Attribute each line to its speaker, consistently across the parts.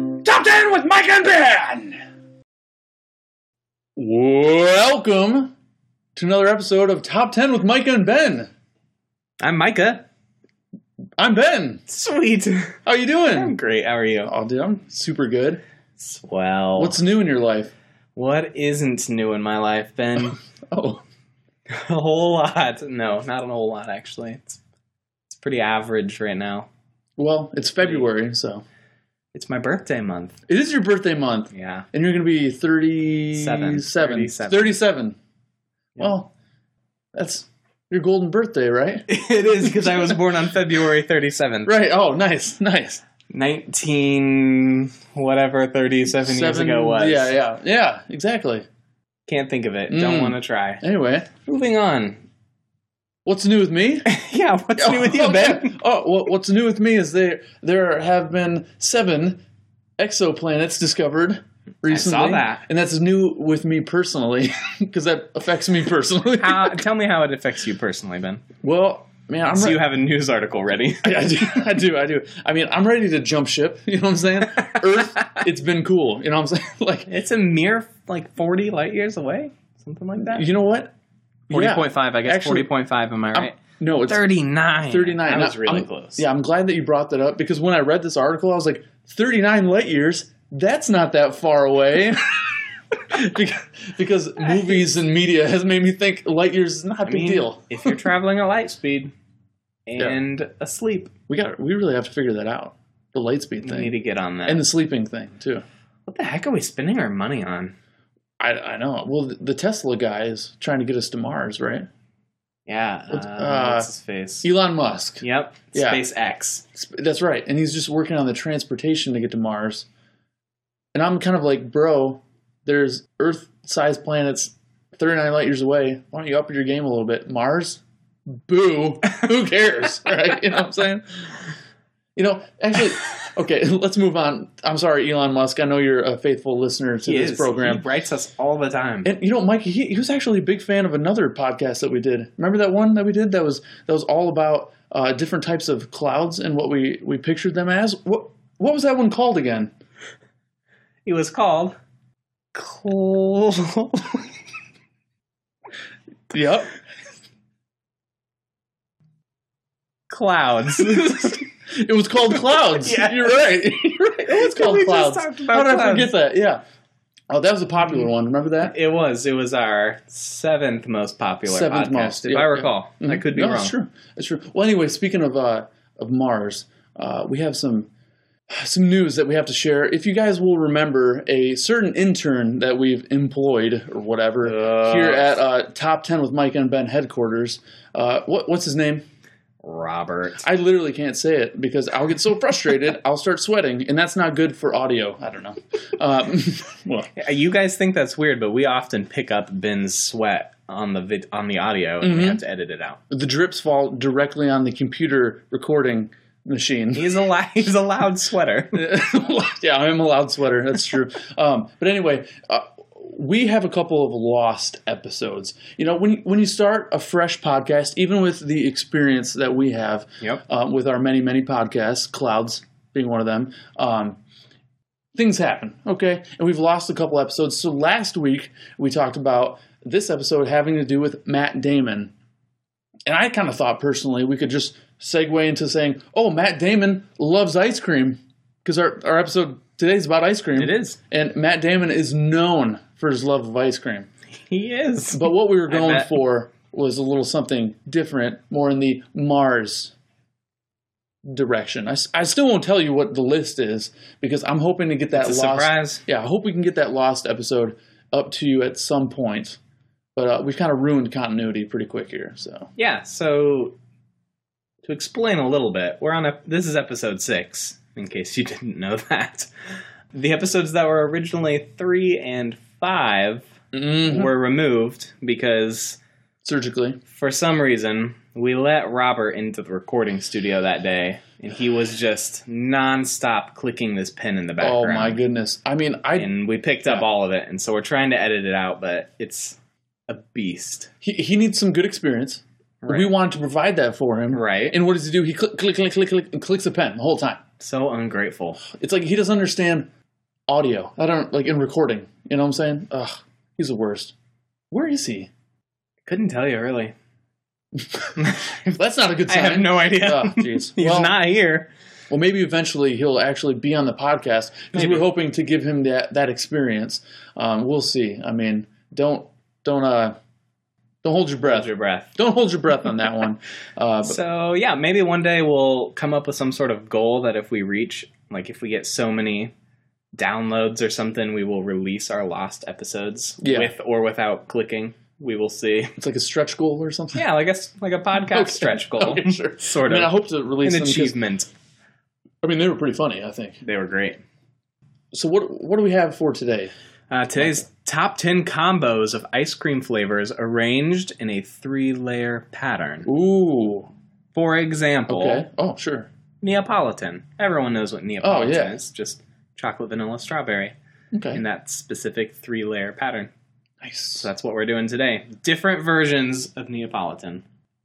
Speaker 1: in with Mike and Ben.
Speaker 2: Welcome to another episode of Top 10 with Micah and Ben.
Speaker 3: I'm Micah.
Speaker 2: I'm Ben.
Speaker 3: Sweet.
Speaker 2: How you
Speaker 3: I'm
Speaker 2: doing?
Speaker 3: great. How are you?
Speaker 2: Oh, dude, I'm super good.
Speaker 3: Swell.
Speaker 2: What's new in your life?
Speaker 3: what isn't new in my life, Ben?
Speaker 2: Oh,
Speaker 3: a whole lot. No, not a whole lot actually. It's it's pretty average right now.
Speaker 2: well, it's February, so
Speaker 3: It's my birthday month.
Speaker 2: it is your birthday month,
Speaker 3: Yeah.
Speaker 2: and you're going to be 37.
Speaker 3: Seven.
Speaker 2: 37.
Speaker 3: 37.
Speaker 2: Well, Oh, that's your golden birthday, right?
Speaker 3: It is because I was born on February 37th,
Speaker 2: Right. Oh, nice, nice.
Speaker 3: 19 whatever 37 years
Speaker 2: Seven-
Speaker 3: ago was.
Speaker 2: Yeah, yeah, yeah, exactly.
Speaker 3: Can't think of it.
Speaker 2: Mm.
Speaker 3: Don't want to try.
Speaker 2: Anyway,
Speaker 3: Moving on.
Speaker 2: what's new with me?
Speaker 3: yeah, what's new with you,
Speaker 2: Oh,
Speaker 3: Ben?
Speaker 2: yeah. Oh, well, what's new with me is there there have been seven exoplanets discovered recently.
Speaker 3: that.
Speaker 2: and that's new with me personally because that affects me personally.
Speaker 3: How, tell me how it affects you personally, Ben.
Speaker 2: well, man, I'm
Speaker 3: So
Speaker 2: re-
Speaker 3: you have a news article ready.
Speaker 2: I do, I do, I do. I mean, I'm ready to jump ship. You know what I'm saying? Earth, it's been cool. You know what I'm saying? Like,
Speaker 3: It's a mere like forty light years away, something like that.
Speaker 2: you know what?
Speaker 3: Forty
Speaker 2: Yeah.
Speaker 3: point five, I guess.
Speaker 2: Actually,
Speaker 3: Forty point five. Am I
Speaker 2: I'm-
Speaker 3: right?
Speaker 2: No, it's
Speaker 3: Thirty nine.
Speaker 2: 39.
Speaker 3: That
Speaker 2: Now,
Speaker 3: was really
Speaker 2: I'm-
Speaker 3: close.
Speaker 2: Yeah, I'm glad that you brought that up because when I read this article, I was like, 39 light years? That's not that far away. because, because movies and media has made me think light years is not a
Speaker 3: I
Speaker 2: big
Speaker 3: mean,
Speaker 2: deal.
Speaker 3: if you're traveling at light speed and asleep,
Speaker 2: We got we really have to figure that out. The light speed
Speaker 3: you need
Speaker 2: thing
Speaker 3: to get on that.
Speaker 2: and the sleeping thing too.
Speaker 3: what the heck are we spending our money on?
Speaker 2: I, I know. Well, the, the Tesla guy is trying to get us to Mars, right?
Speaker 3: Yeah, uh,
Speaker 2: uh,
Speaker 3: what's his face?
Speaker 2: Elon Musk.
Speaker 3: yep,
Speaker 2: Yeah.
Speaker 3: SpaceX.
Speaker 2: Sp- That's right. And he's just working on the transportation to get to Mars. And I'm kind of like, bro, there's Earth sized planets 39 light years away. Why don't you up your game a little bit? Mars? Boo. Who cares? right? You know what I'm saying? You know, actually, okay, let's move on. I'm sorry, Elon Musk. I know you're a faithful listener to
Speaker 3: He
Speaker 2: this
Speaker 3: is.
Speaker 2: program.
Speaker 3: He writes us all the time.
Speaker 2: And you know, Mike, he, he was actually a big fan of another podcast that we did. Remember that one that we did that was that was all about uh, different types of clouds and what we we pictured them as. What what was that one called again?
Speaker 3: it was called. Cool.
Speaker 2: Yep.
Speaker 3: Clouds.
Speaker 2: It was called clouds.
Speaker 3: Yeah.
Speaker 2: You're right. You're right. It was called
Speaker 3: We just
Speaker 2: clouds.
Speaker 3: talked about
Speaker 2: How did I
Speaker 3: clouds.
Speaker 2: forget that? Yeah. Oh, that was a popular one. Remember that?
Speaker 3: It was. It was our seventh most popular
Speaker 2: Seventh
Speaker 3: podcast,
Speaker 2: most,
Speaker 3: if
Speaker 2: yeah,
Speaker 3: I
Speaker 2: yeah.
Speaker 3: recall. I could be
Speaker 2: no,
Speaker 3: wrong.
Speaker 2: It's true. It's true. Well, anyway, speaking of uh, of Mars, uh, we have some some news that we have to share. If you guys will remember, a certain intern that we've employed or whatever
Speaker 3: Uh.
Speaker 2: here at uh, Top Ten with Mike and Ben headquarters. Uh, what, what's his name?
Speaker 3: Robert.
Speaker 2: I literally can't say it because I'll get so frustrated. I'll start sweating, and that's not good for audio. I don't know. Um, well,
Speaker 3: You guys think that's weird, but we often pick up Ben's sweat on the vid- on the audio,
Speaker 2: Mm-hmm.
Speaker 3: and we have to edit it out.
Speaker 2: the drips fall directly on the computer recording machine.
Speaker 3: He's a li- he's a loud sweater.
Speaker 2: yeah, I'm a loud sweater. That's true. um, but anyway, uh, we have a couple of lost episodes. You know, when when you start a fresh podcast, even with the experience that we have
Speaker 3: Yep.
Speaker 2: uh, with our many many podcasts, clouds being one of them. Um, Things happen, okay? And we've lost a couple episodes. So last week we talked about this episode having to do with Matt Damon. And I kind of thought personally we could just segue into saying, oh, Matt Damon loves ice cream because our, our episode today is about ice cream.
Speaker 3: It is.
Speaker 2: And Matt Damon is known for his love of ice cream.
Speaker 3: He is.
Speaker 2: But what we were going
Speaker 3: bet.
Speaker 2: for was a little something different, more in the Mars direction. I, s- I still won't tell you what the list is because I'm hoping to get that
Speaker 3: It's a
Speaker 2: lost.
Speaker 3: surprise.
Speaker 2: Yeah, I hope we can get that lost episode up to you at some point. But uh, we've kind of ruined continuity pretty quick here. So
Speaker 3: Yeah. So to explain a little bit, we're on a. This is episode six. In case you didn't know that, the episodes that were originally three and five
Speaker 2: Mm-hmm.
Speaker 3: were removed because
Speaker 2: surgically,
Speaker 3: for some reason, we let Robert into the recording studio that day, and he was just nonstop clicking this pen in the
Speaker 2: oh
Speaker 3: background.
Speaker 2: my goodness! I mean, I
Speaker 3: And we picked up all of it, and so we're trying to edit it out, but it's a beast.
Speaker 2: he, he needs some good experience. We wanted to provide that for him.
Speaker 3: Right.
Speaker 2: And what does he do? He click, click, click, click, click, and clicks a pen the whole time.
Speaker 3: So ungrateful.
Speaker 2: It's like he doesn't understand audio. I don't like in recording. You know what I'm saying? Ugh, he's the worst. Where is he?
Speaker 3: Couldn't tell you really.
Speaker 2: That's not a good
Speaker 3: I
Speaker 2: sign.
Speaker 3: have no idea.
Speaker 2: Oh, jeez.
Speaker 3: He's
Speaker 2: Well-
Speaker 3: not here.
Speaker 2: well, maybe eventually he'll actually be on the podcast because
Speaker 3: Maybe.
Speaker 2: we're hoping to give him that that experience. Um, we'll see. I mean, don't don't uh don't hold your breath.
Speaker 3: Hold your breath.
Speaker 2: Don't hold your breath on that one. Uh, but
Speaker 3: So yeah, maybe one day we'll come up with some sort of goal that if we reach, like if we get so many downloads or something, we will release our lost episodes
Speaker 2: Yeah.
Speaker 3: with or without clicking. We will see.
Speaker 2: it's like a stretch goal or something.
Speaker 3: Yeah, like a s- like a podcast
Speaker 2: Okay.
Speaker 3: stretch goal,
Speaker 2: Okay, sure.
Speaker 3: sort
Speaker 2: I mean, I
Speaker 3: of.
Speaker 2: hope to release
Speaker 3: An
Speaker 2: them. 'cause-
Speaker 3: achievement.
Speaker 2: I mean, they were pretty funny. I think.
Speaker 3: They were great.
Speaker 2: So what what do we have for today?
Speaker 3: Uh, today's top 10 combos of ice cream flavors arranged in a three layer pattern.
Speaker 2: Ooh.
Speaker 3: For example,
Speaker 2: Okay. Oh, sure.
Speaker 3: Neapolitan. Everyone knows what Neapolitan
Speaker 2: Oh, yeah.
Speaker 3: is, just chocolate, vanilla, strawberry
Speaker 2: Okay.
Speaker 3: in that specific three layer pattern.
Speaker 2: Nice.
Speaker 3: So that's what we're doing today. Different versions of Neapolitan.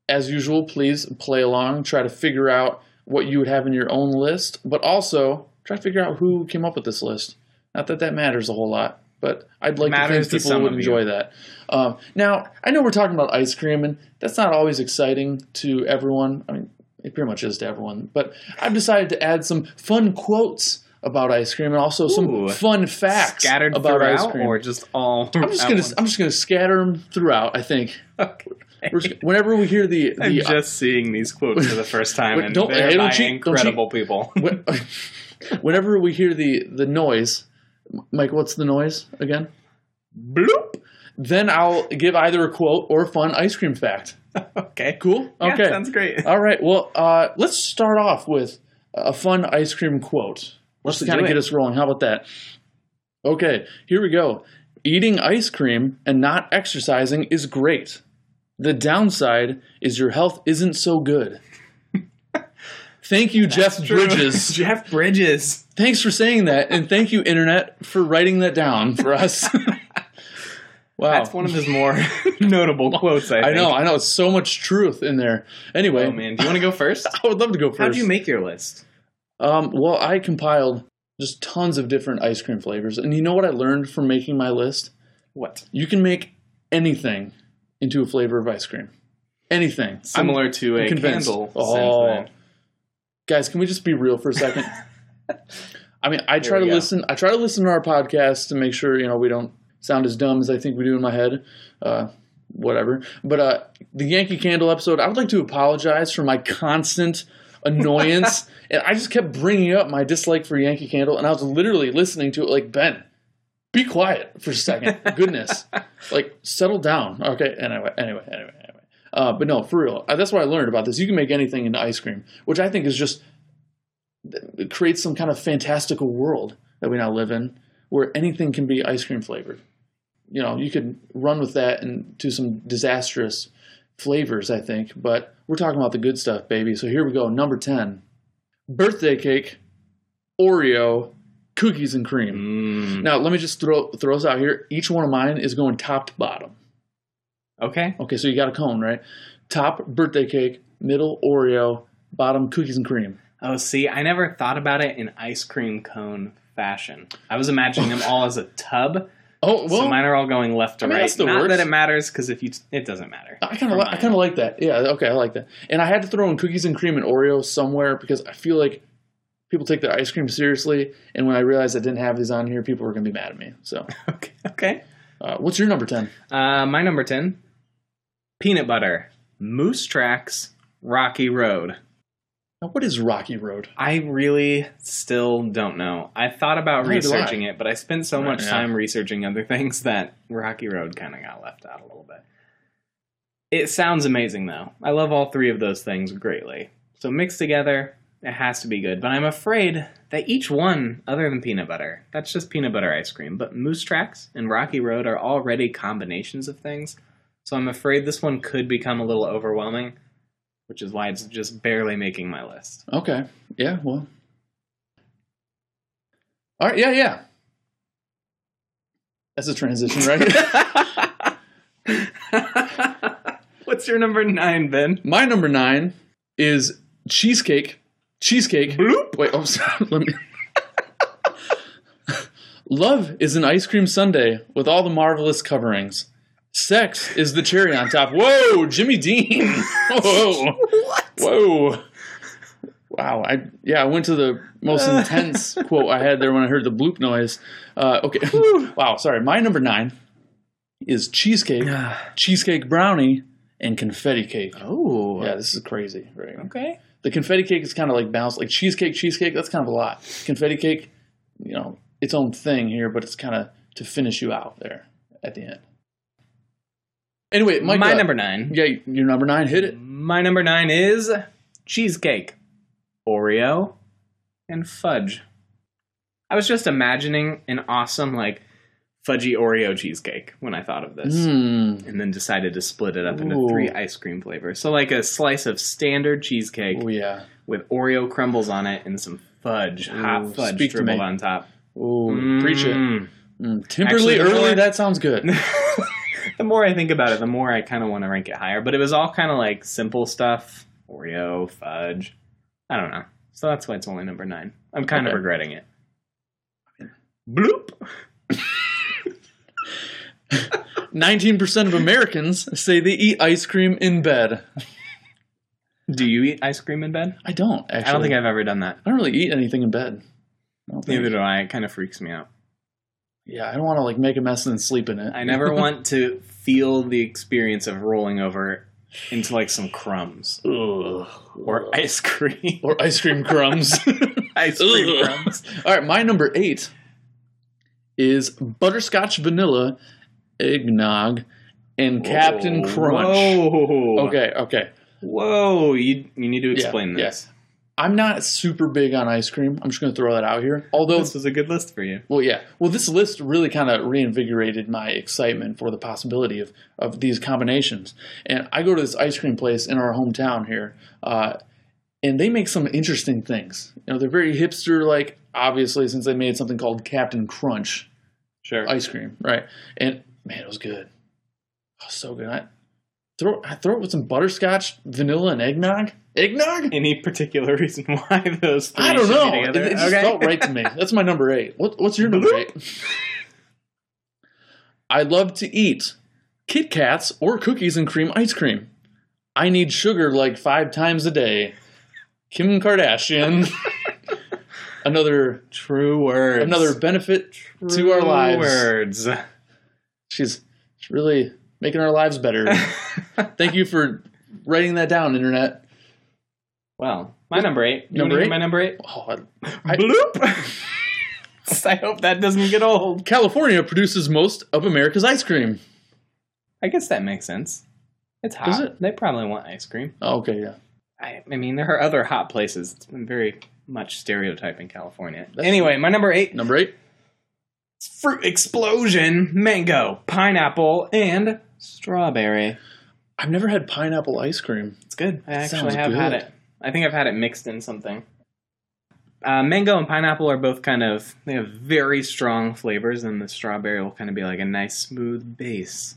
Speaker 2: as usual, please play along. Try to figure out what you would have in your own list, but also try to figure out who came up with this list. Not that that matters a whole lot, but I'd like
Speaker 3: Matters
Speaker 2: to
Speaker 3: to
Speaker 2: think people
Speaker 3: some
Speaker 2: would
Speaker 3: of
Speaker 2: enjoy
Speaker 3: you.
Speaker 2: that. Um, now, I know we're talking about ice cream, and that's not always exciting to everyone. I mean, it pretty much is to everyone, but I've decided to add some fun quotes about ice cream and also some
Speaker 3: Ooh.
Speaker 2: fun facts
Speaker 3: Scattered
Speaker 2: about
Speaker 3: throughout
Speaker 2: ice cream.
Speaker 3: or just all
Speaker 2: I'm just gonna I'm just gonna scatter them throughout. I think We're just- whenever we hear the
Speaker 3: I'm
Speaker 2: the
Speaker 3: just seeing these quotes for the first time,
Speaker 2: Wait,
Speaker 3: and
Speaker 2: don't-
Speaker 3: they're
Speaker 2: hey, don't
Speaker 3: by
Speaker 2: cheat, don't cheat.
Speaker 3: incredible people.
Speaker 2: When- whenever we hear the the noise mike what's the noise again
Speaker 3: Bloop.
Speaker 2: then i'll give either a quote or a fun ice cream fact
Speaker 3: Okay,
Speaker 2: cool
Speaker 3: Yeah,
Speaker 2: okay
Speaker 3: sounds great.
Speaker 2: all right well uh, let's start off with a fun ice cream quote
Speaker 3: Let's
Speaker 2: just kind of
Speaker 3: do
Speaker 2: get
Speaker 3: it.
Speaker 2: us rolling how about that okay here we go eating ice cream and not exercising is great the downside is your health isn't so good thank you jeff bridges
Speaker 3: Jeff Bridges.
Speaker 2: Thanks for saying that, and thank you, Internet, for writing that down for us. wow.
Speaker 3: That's one of his more notable quotes. I,
Speaker 2: I
Speaker 3: think.
Speaker 2: know, I know. It's so much truth in there. Anyway,
Speaker 3: Oh man, do you want to go first?
Speaker 2: I would love to go first.
Speaker 3: How would you make your list?
Speaker 2: um, well, I compiled just tons of different ice cream flavors, and you know what I learned from making my list?
Speaker 3: What
Speaker 2: You can make anything into a flavor of ice cream. Anything. I'm-
Speaker 3: similar to a
Speaker 2: convinced.
Speaker 3: candle?
Speaker 2: Oh.
Speaker 3: scent
Speaker 2: guys can we just be real for a second i mean i try
Speaker 3: we
Speaker 2: to
Speaker 3: go.
Speaker 2: listen i try to listen to our podcast to make sure you know we don't sound as dumb as i think we do in my head uh, whatever but uh, the yankee candle episode i would like to apologize for my constant annoyance and i just kept bringing up my dislike for yankee candle and i was literally listening to it like ben be quiet for a second goodness like settle down okay anyway anyway anyway anyway uh, but no for real uh, that's what i learned about this you can make anything into ice cream which i think is just it creates some kind of fantastical world that we now live in where anything can be ice cream flavored you know you could run with that and do some disastrous flavors i think but we're talking about the good stuff baby so here we go number 10 birthday cake oreo cookies and cream
Speaker 3: Mm,
Speaker 2: now let me just throw throw this out here. Each one of mine is going top to bottom.
Speaker 3: okay,
Speaker 2: Okay, so you got a cone, right? Top birthday cake, middle Oreo, bottom cookies and cream.
Speaker 3: Oh, see, I never thought about it in ice cream cone fashion. I was imagining them all as a tub,
Speaker 2: Oh well,
Speaker 3: so mine are all going left to
Speaker 2: I mean,
Speaker 3: right.
Speaker 2: that's the
Speaker 3: Not
Speaker 2: worst.
Speaker 3: that it matters because if you, t- it doesn't matter.
Speaker 2: I kind
Speaker 3: for
Speaker 2: of li- I
Speaker 3: mine.
Speaker 2: kind of like that. Yeah, okay, I like that. And I had to throw in cookies and cream and Oreo somewhere because I feel like people take their ice cream seriously. And when I realized I didn't have these on here, people were gonna be mad at me. So,
Speaker 3: Okay, okay.
Speaker 2: uh, what's your number ten?
Speaker 3: Uh, my number ten, peanut butter, moose tracks, rocky road.
Speaker 2: Now, what is Rocky Road?
Speaker 3: I really still don't know. I thought about
Speaker 2: Neither do I.
Speaker 3: researching it, but I spent so
Speaker 2: Right,
Speaker 3: much
Speaker 2: yeah.
Speaker 3: time researching other things that Rocky Road kind of got left out a little bit. It sounds amazing, though. I love all three of those things greatly. So mixed together, it has to be good. But I'm afraid that each one, other than peanut butter, that's just peanut butter ice cream. But Moose Tracks and Rocky Road are already combinations of things. So I'm afraid this one could become a little overwhelming, which is why it's just barely making my list.
Speaker 2: Okay, yeah, well, all right, yeah, yeah. That's a transition, right?
Speaker 3: What's your number nine, Ben?
Speaker 2: My number nine is cheesecake. Cheesecake. Wait, oh, sorry. Let me. Love is an ice cream sundae with all the marvelous coverings. Sex is the cherry on top. Whoa, Jimmy Dean. Whoa.
Speaker 3: What?
Speaker 2: Whoa. Wow. I yeah, I went to the most
Speaker 3: Uh.
Speaker 2: intense quote I had there when I heard the bloop noise. Uh, okay. wow, sorry. My number 9 is cheesecake, cheesecake brownie, and confetti cake.
Speaker 3: oh.
Speaker 2: Yeah, this is crazy, right?
Speaker 3: Okay.
Speaker 2: The confetti cake is kind of like balanced. Like cheesecake, cheesecake, that's kind of a lot. Confetti cake, you know, its own thing here, but it's kind of to finish you out there at the end. Anyway, Mike,
Speaker 3: My
Speaker 2: uh,
Speaker 3: number nine.
Speaker 2: Yeah, your number nine hit it.
Speaker 3: My number nine is cheesecake, Oreo, and fudge. I was just imagining an awesome like fudgy Oreo cheesecake when I thought of this.
Speaker 2: Hmm.
Speaker 3: and then decided to split it up into
Speaker 2: Ooh.
Speaker 3: three ice cream flavors. So like a slice of standard cheesecake
Speaker 2: Oh yeah.
Speaker 3: with Oreo crumbles on it and some fudge,
Speaker 2: Ooh,
Speaker 3: hot fudge
Speaker 2: speak to
Speaker 3: dribbled
Speaker 2: me.
Speaker 3: on top.
Speaker 2: Ooh,
Speaker 3: Mm.
Speaker 2: preach it. Mm. Timberly
Speaker 3: Actually, you know
Speaker 2: early.
Speaker 3: what?
Speaker 2: That sounds good.
Speaker 3: the more I think about it, the more I kind of want to rank it higher. But it was all kind of like simple stuff: Oreo, fudge. I don't know. So that's why it's only number nine. I'm kind
Speaker 2: Okay.
Speaker 3: of regretting it. Bloop.
Speaker 2: Nineteen percent of Americans say they eat ice cream in bed.
Speaker 3: Do you eat ice cream in bed?
Speaker 2: I don't actually.
Speaker 3: I don't think I've ever done that.
Speaker 2: I don't really eat anything in bed. I don't think-
Speaker 3: Neither do I. It kind of freaks me out.
Speaker 2: Yeah, I don't want to like make a mess and then sleep in it.
Speaker 3: I never want to feel the experience of rolling over into like some crumbs
Speaker 2: Ugh.
Speaker 3: or ice cream.
Speaker 2: or ice cream crumbs.
Speaker 3: ice cream crumbs.
Speaker 2: All right, my number eight is butterscotch vanilla eggnog and Captain
Speaker 3: Whoa.
Speaker 2: Crunch.
Speaker 3: Whoa.
Speaker 2: Okay, okay.
Speaker 3: Whoa. You you need to
Speaker 2: Yeah,
Speaker 3: explain
Speaker 2: yeah.
Speaker 3: this.
Speaker 2: I'm not super big on ice cream. I'm just going to throw that out here. Although,
Speaker 3: This was a good list for you.
Speaker 2: well, yeah. Well, this list really kind of reinvigorated my excitement for the possibility of, of these combinations. And I go to this ice cream place in our hometown here, uh, and they make some interesting things. You know, they're very hipster like, obviously, since they made something called Captain Crunch.
Speaker 3: Sure.
Speaker 2: ice cream, right? And man, it was good. Oh, so good. I throw I throw it with some butterscotch, vanilla, and eggnog. Eggnog?
Speaker 3: Any particular reason why those three
Speaker 2: I don't
Speaker 3: should
Speaker 2: know.
Speaker 3: be
Speaker 2: It,
Speaker 3: together?
Speaker 2: it just
Speaker 3: okay.
Speaker 2: felt right to me. That's my number eight. What, what's your number eight? I love to eat Kit Kats or cookies and cream ice cream. I need sugar like five times a day. Kim Kardashian. another
Speaker 3: True words.
Speaker 2: another benefit
Speaker 3: True
Speaker 2: to our lives.
Speaker 3: Words.
Speaker 2: She's she's really making our lives better. Thank you for writing that down, internet.
Speaker 3: Well, my number eight. You wanna
Speaker 2: Number
Speaker 3: hear
Speaker 2: eight?
Speaker 3: My number eight.
Speaker 2: Oh, I- I-
Speaker 3: Bloop. I hope that doesn't get old.
Speaker 2: California produces most of America's ice cream.
Speaker 3: I guess that makes sense. It's hot.
Speaker 2: Does it?
Speaker 3: They probably want ice cream.
Speaker 2: Oh, okay, yeah.
Speaker 3: I, I mean, there are other hot places. It's been very much stereotyping California.
Speaker 2: That's-
Speaker 3: anyway, my number eight
Speaker 2: Number eight.
Speaker 3: fruit explosion mango, pineapple, and strawberry.
Speaker 2: I've never had pineapple ice cream.
Speaker 3: It's good. I actually
Speaker 2: Sounds
Speaker 3: have
Speaker 2: good.
Speaker 3: had it. I think I've had it mixed in something. Uh, mango and pineapple are both kind of, they have very strong flavors, and the strawberry will kind of be like a nice, smooth base.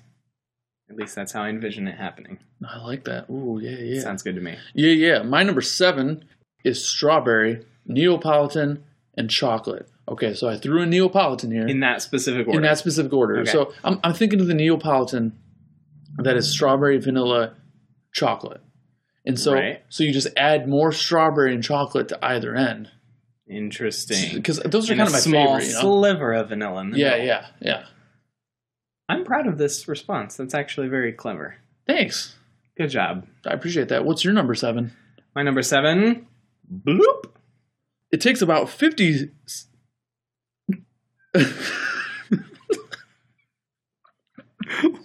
Speaker 3: At least that's how I envision it happening.
Speaker 2: I like that. Ooh, yeah, yeah,
Speaker 3: Sounds good to me.
Speaker 2: yeah, yeah. My number seven is strawberry, Neapolitan, and chocolate. Okay, so I threw a Neapolitan here
Speaker 3: In that specific order.
Speaker 2: in that specific order.
Speaker 3: Okay.
Speaker 2: So I'm, I'm thinking of the Neapolitan that is strawberry, vanilla, chocolate, and so
Speaker 3: Right.
Speaker 2: so you just add more strawberry and chocolate to either end.
Speaker 3: Interesting.
Speaker 2: because those are
Speaker 3: and
Speaker 2: kind of
Speaker 3: a
Speaker 2: my
Speaker 3: small
Speaker 2: favorite. You know?
Speaker 3: sliver of vanilla. In the
Speaker 2: Yeah,
Speaker 3: middle.
Speaker 2: yeah, yeah.
Speaker 3: I'm proud of this response. That's actually very clever.
Speaker 2: Thanks,
Speaker 3: Good job.
Speaker 2: I appreciate that. What's your number seven?
Speaker 3: My number seven. Bloop.
Speaker 2: It takes about fifty.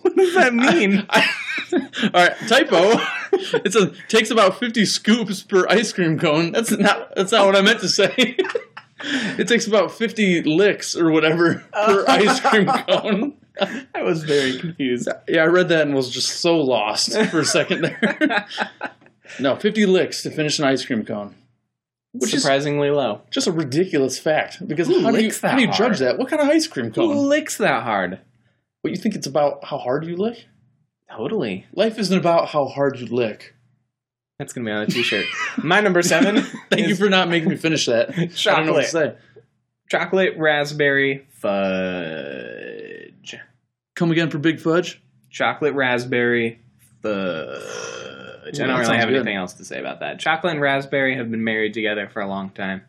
Speaker 3: What does that mean?
Speaker 2: All right, typo. It says takes about fifty scoops per ice cream cone. That's not. That's not what I meant to say. it takes about fifty licks or whatever
Speaker 3: Oh.
Speaker 2: per ice cream cone.
Speaker 3: I was very confused.
Speaker 2: Yeah, I read that and was just so lost for a second there. no, fifty licks to finish an ice cream cone. Which is
Speaker 3: Surprisingly low.
Speaker 2: just a ridiculous fact because
Speaker 3: Who
Speaker 2: how do, you,
Speaker 3: licks that
Speaker 2: how do you
Speaker 3: hard?
Speaker 2: judge that? What kind of ice cream
Speaker 3: Who
Speaker 2: cone?
Speaker 3: licks that hard?
Speaker 2: What you think it's about how hard you lick?
Speaker 3: Totally.
Speaker 2: Life isn't about how hard you lick.
Speaker 3: That's gonna be on a t-shirt. My number seven.
Speaker 2: Thank you
Speaker 3: is
Speaker 2: for not making me finish that. I don't know what to
Speaker 3: Chocolate.
Speaker 2: say.
Speaker 3: chocolate raspberry fudge.
Speaker 2: Come again for Big Fudge?
Speaker 3: Chocolate raspberry fudge. I
Speaker 2: that
Speaker 3: don't really
Speaker 2: sounds
Speaker 3: have
Speaker 2: good.
Speaker 3: anything else to say about that. Chocolate and raspberry have been married together for a long time.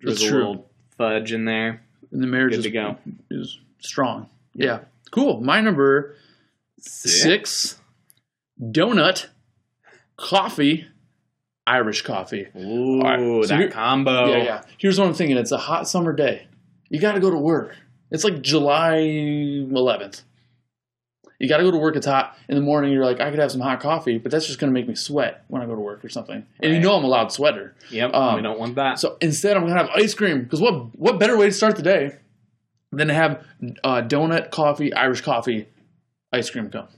Speaker 3: There's
Speaker 2: That's
Speaker 3: a
Speaker 2: true.
Speaker 3: little fudge in there.
Speaker 2: And the marriage
Speaker 3: Good
Speaker 2: is,
Speaker 3: to go.
Speaker 2: is strong. Yeah. Cool. My number six donut, coffee, Irish coffee.
Speaker 3: Ooh,
Speaker 2: Alright, so
Speaker 3: that
Speaker 2: here-
Speaker 3: combo.
Speaker 2: Yeah, yeah. Here's what I'm thinking it's a hot summer day. You got to go to work. It's like July 11th. You got to go to work. It's hot in the morning. You're like, I could have some hot coffee, but that's just going to make me sweat when I go to work or something. And you
Speaker 3: Right.
Speaker 2: know I'm a loud sweater.
Speaker 3: Yep,
Speaker 2: Um,
Speaker 3: we don't want that.
Speaker 2: So instead, I'm gonna have ice cream because what what better way to start the day than to have uh, donut, coffee, Irish coffee, ice cream cone.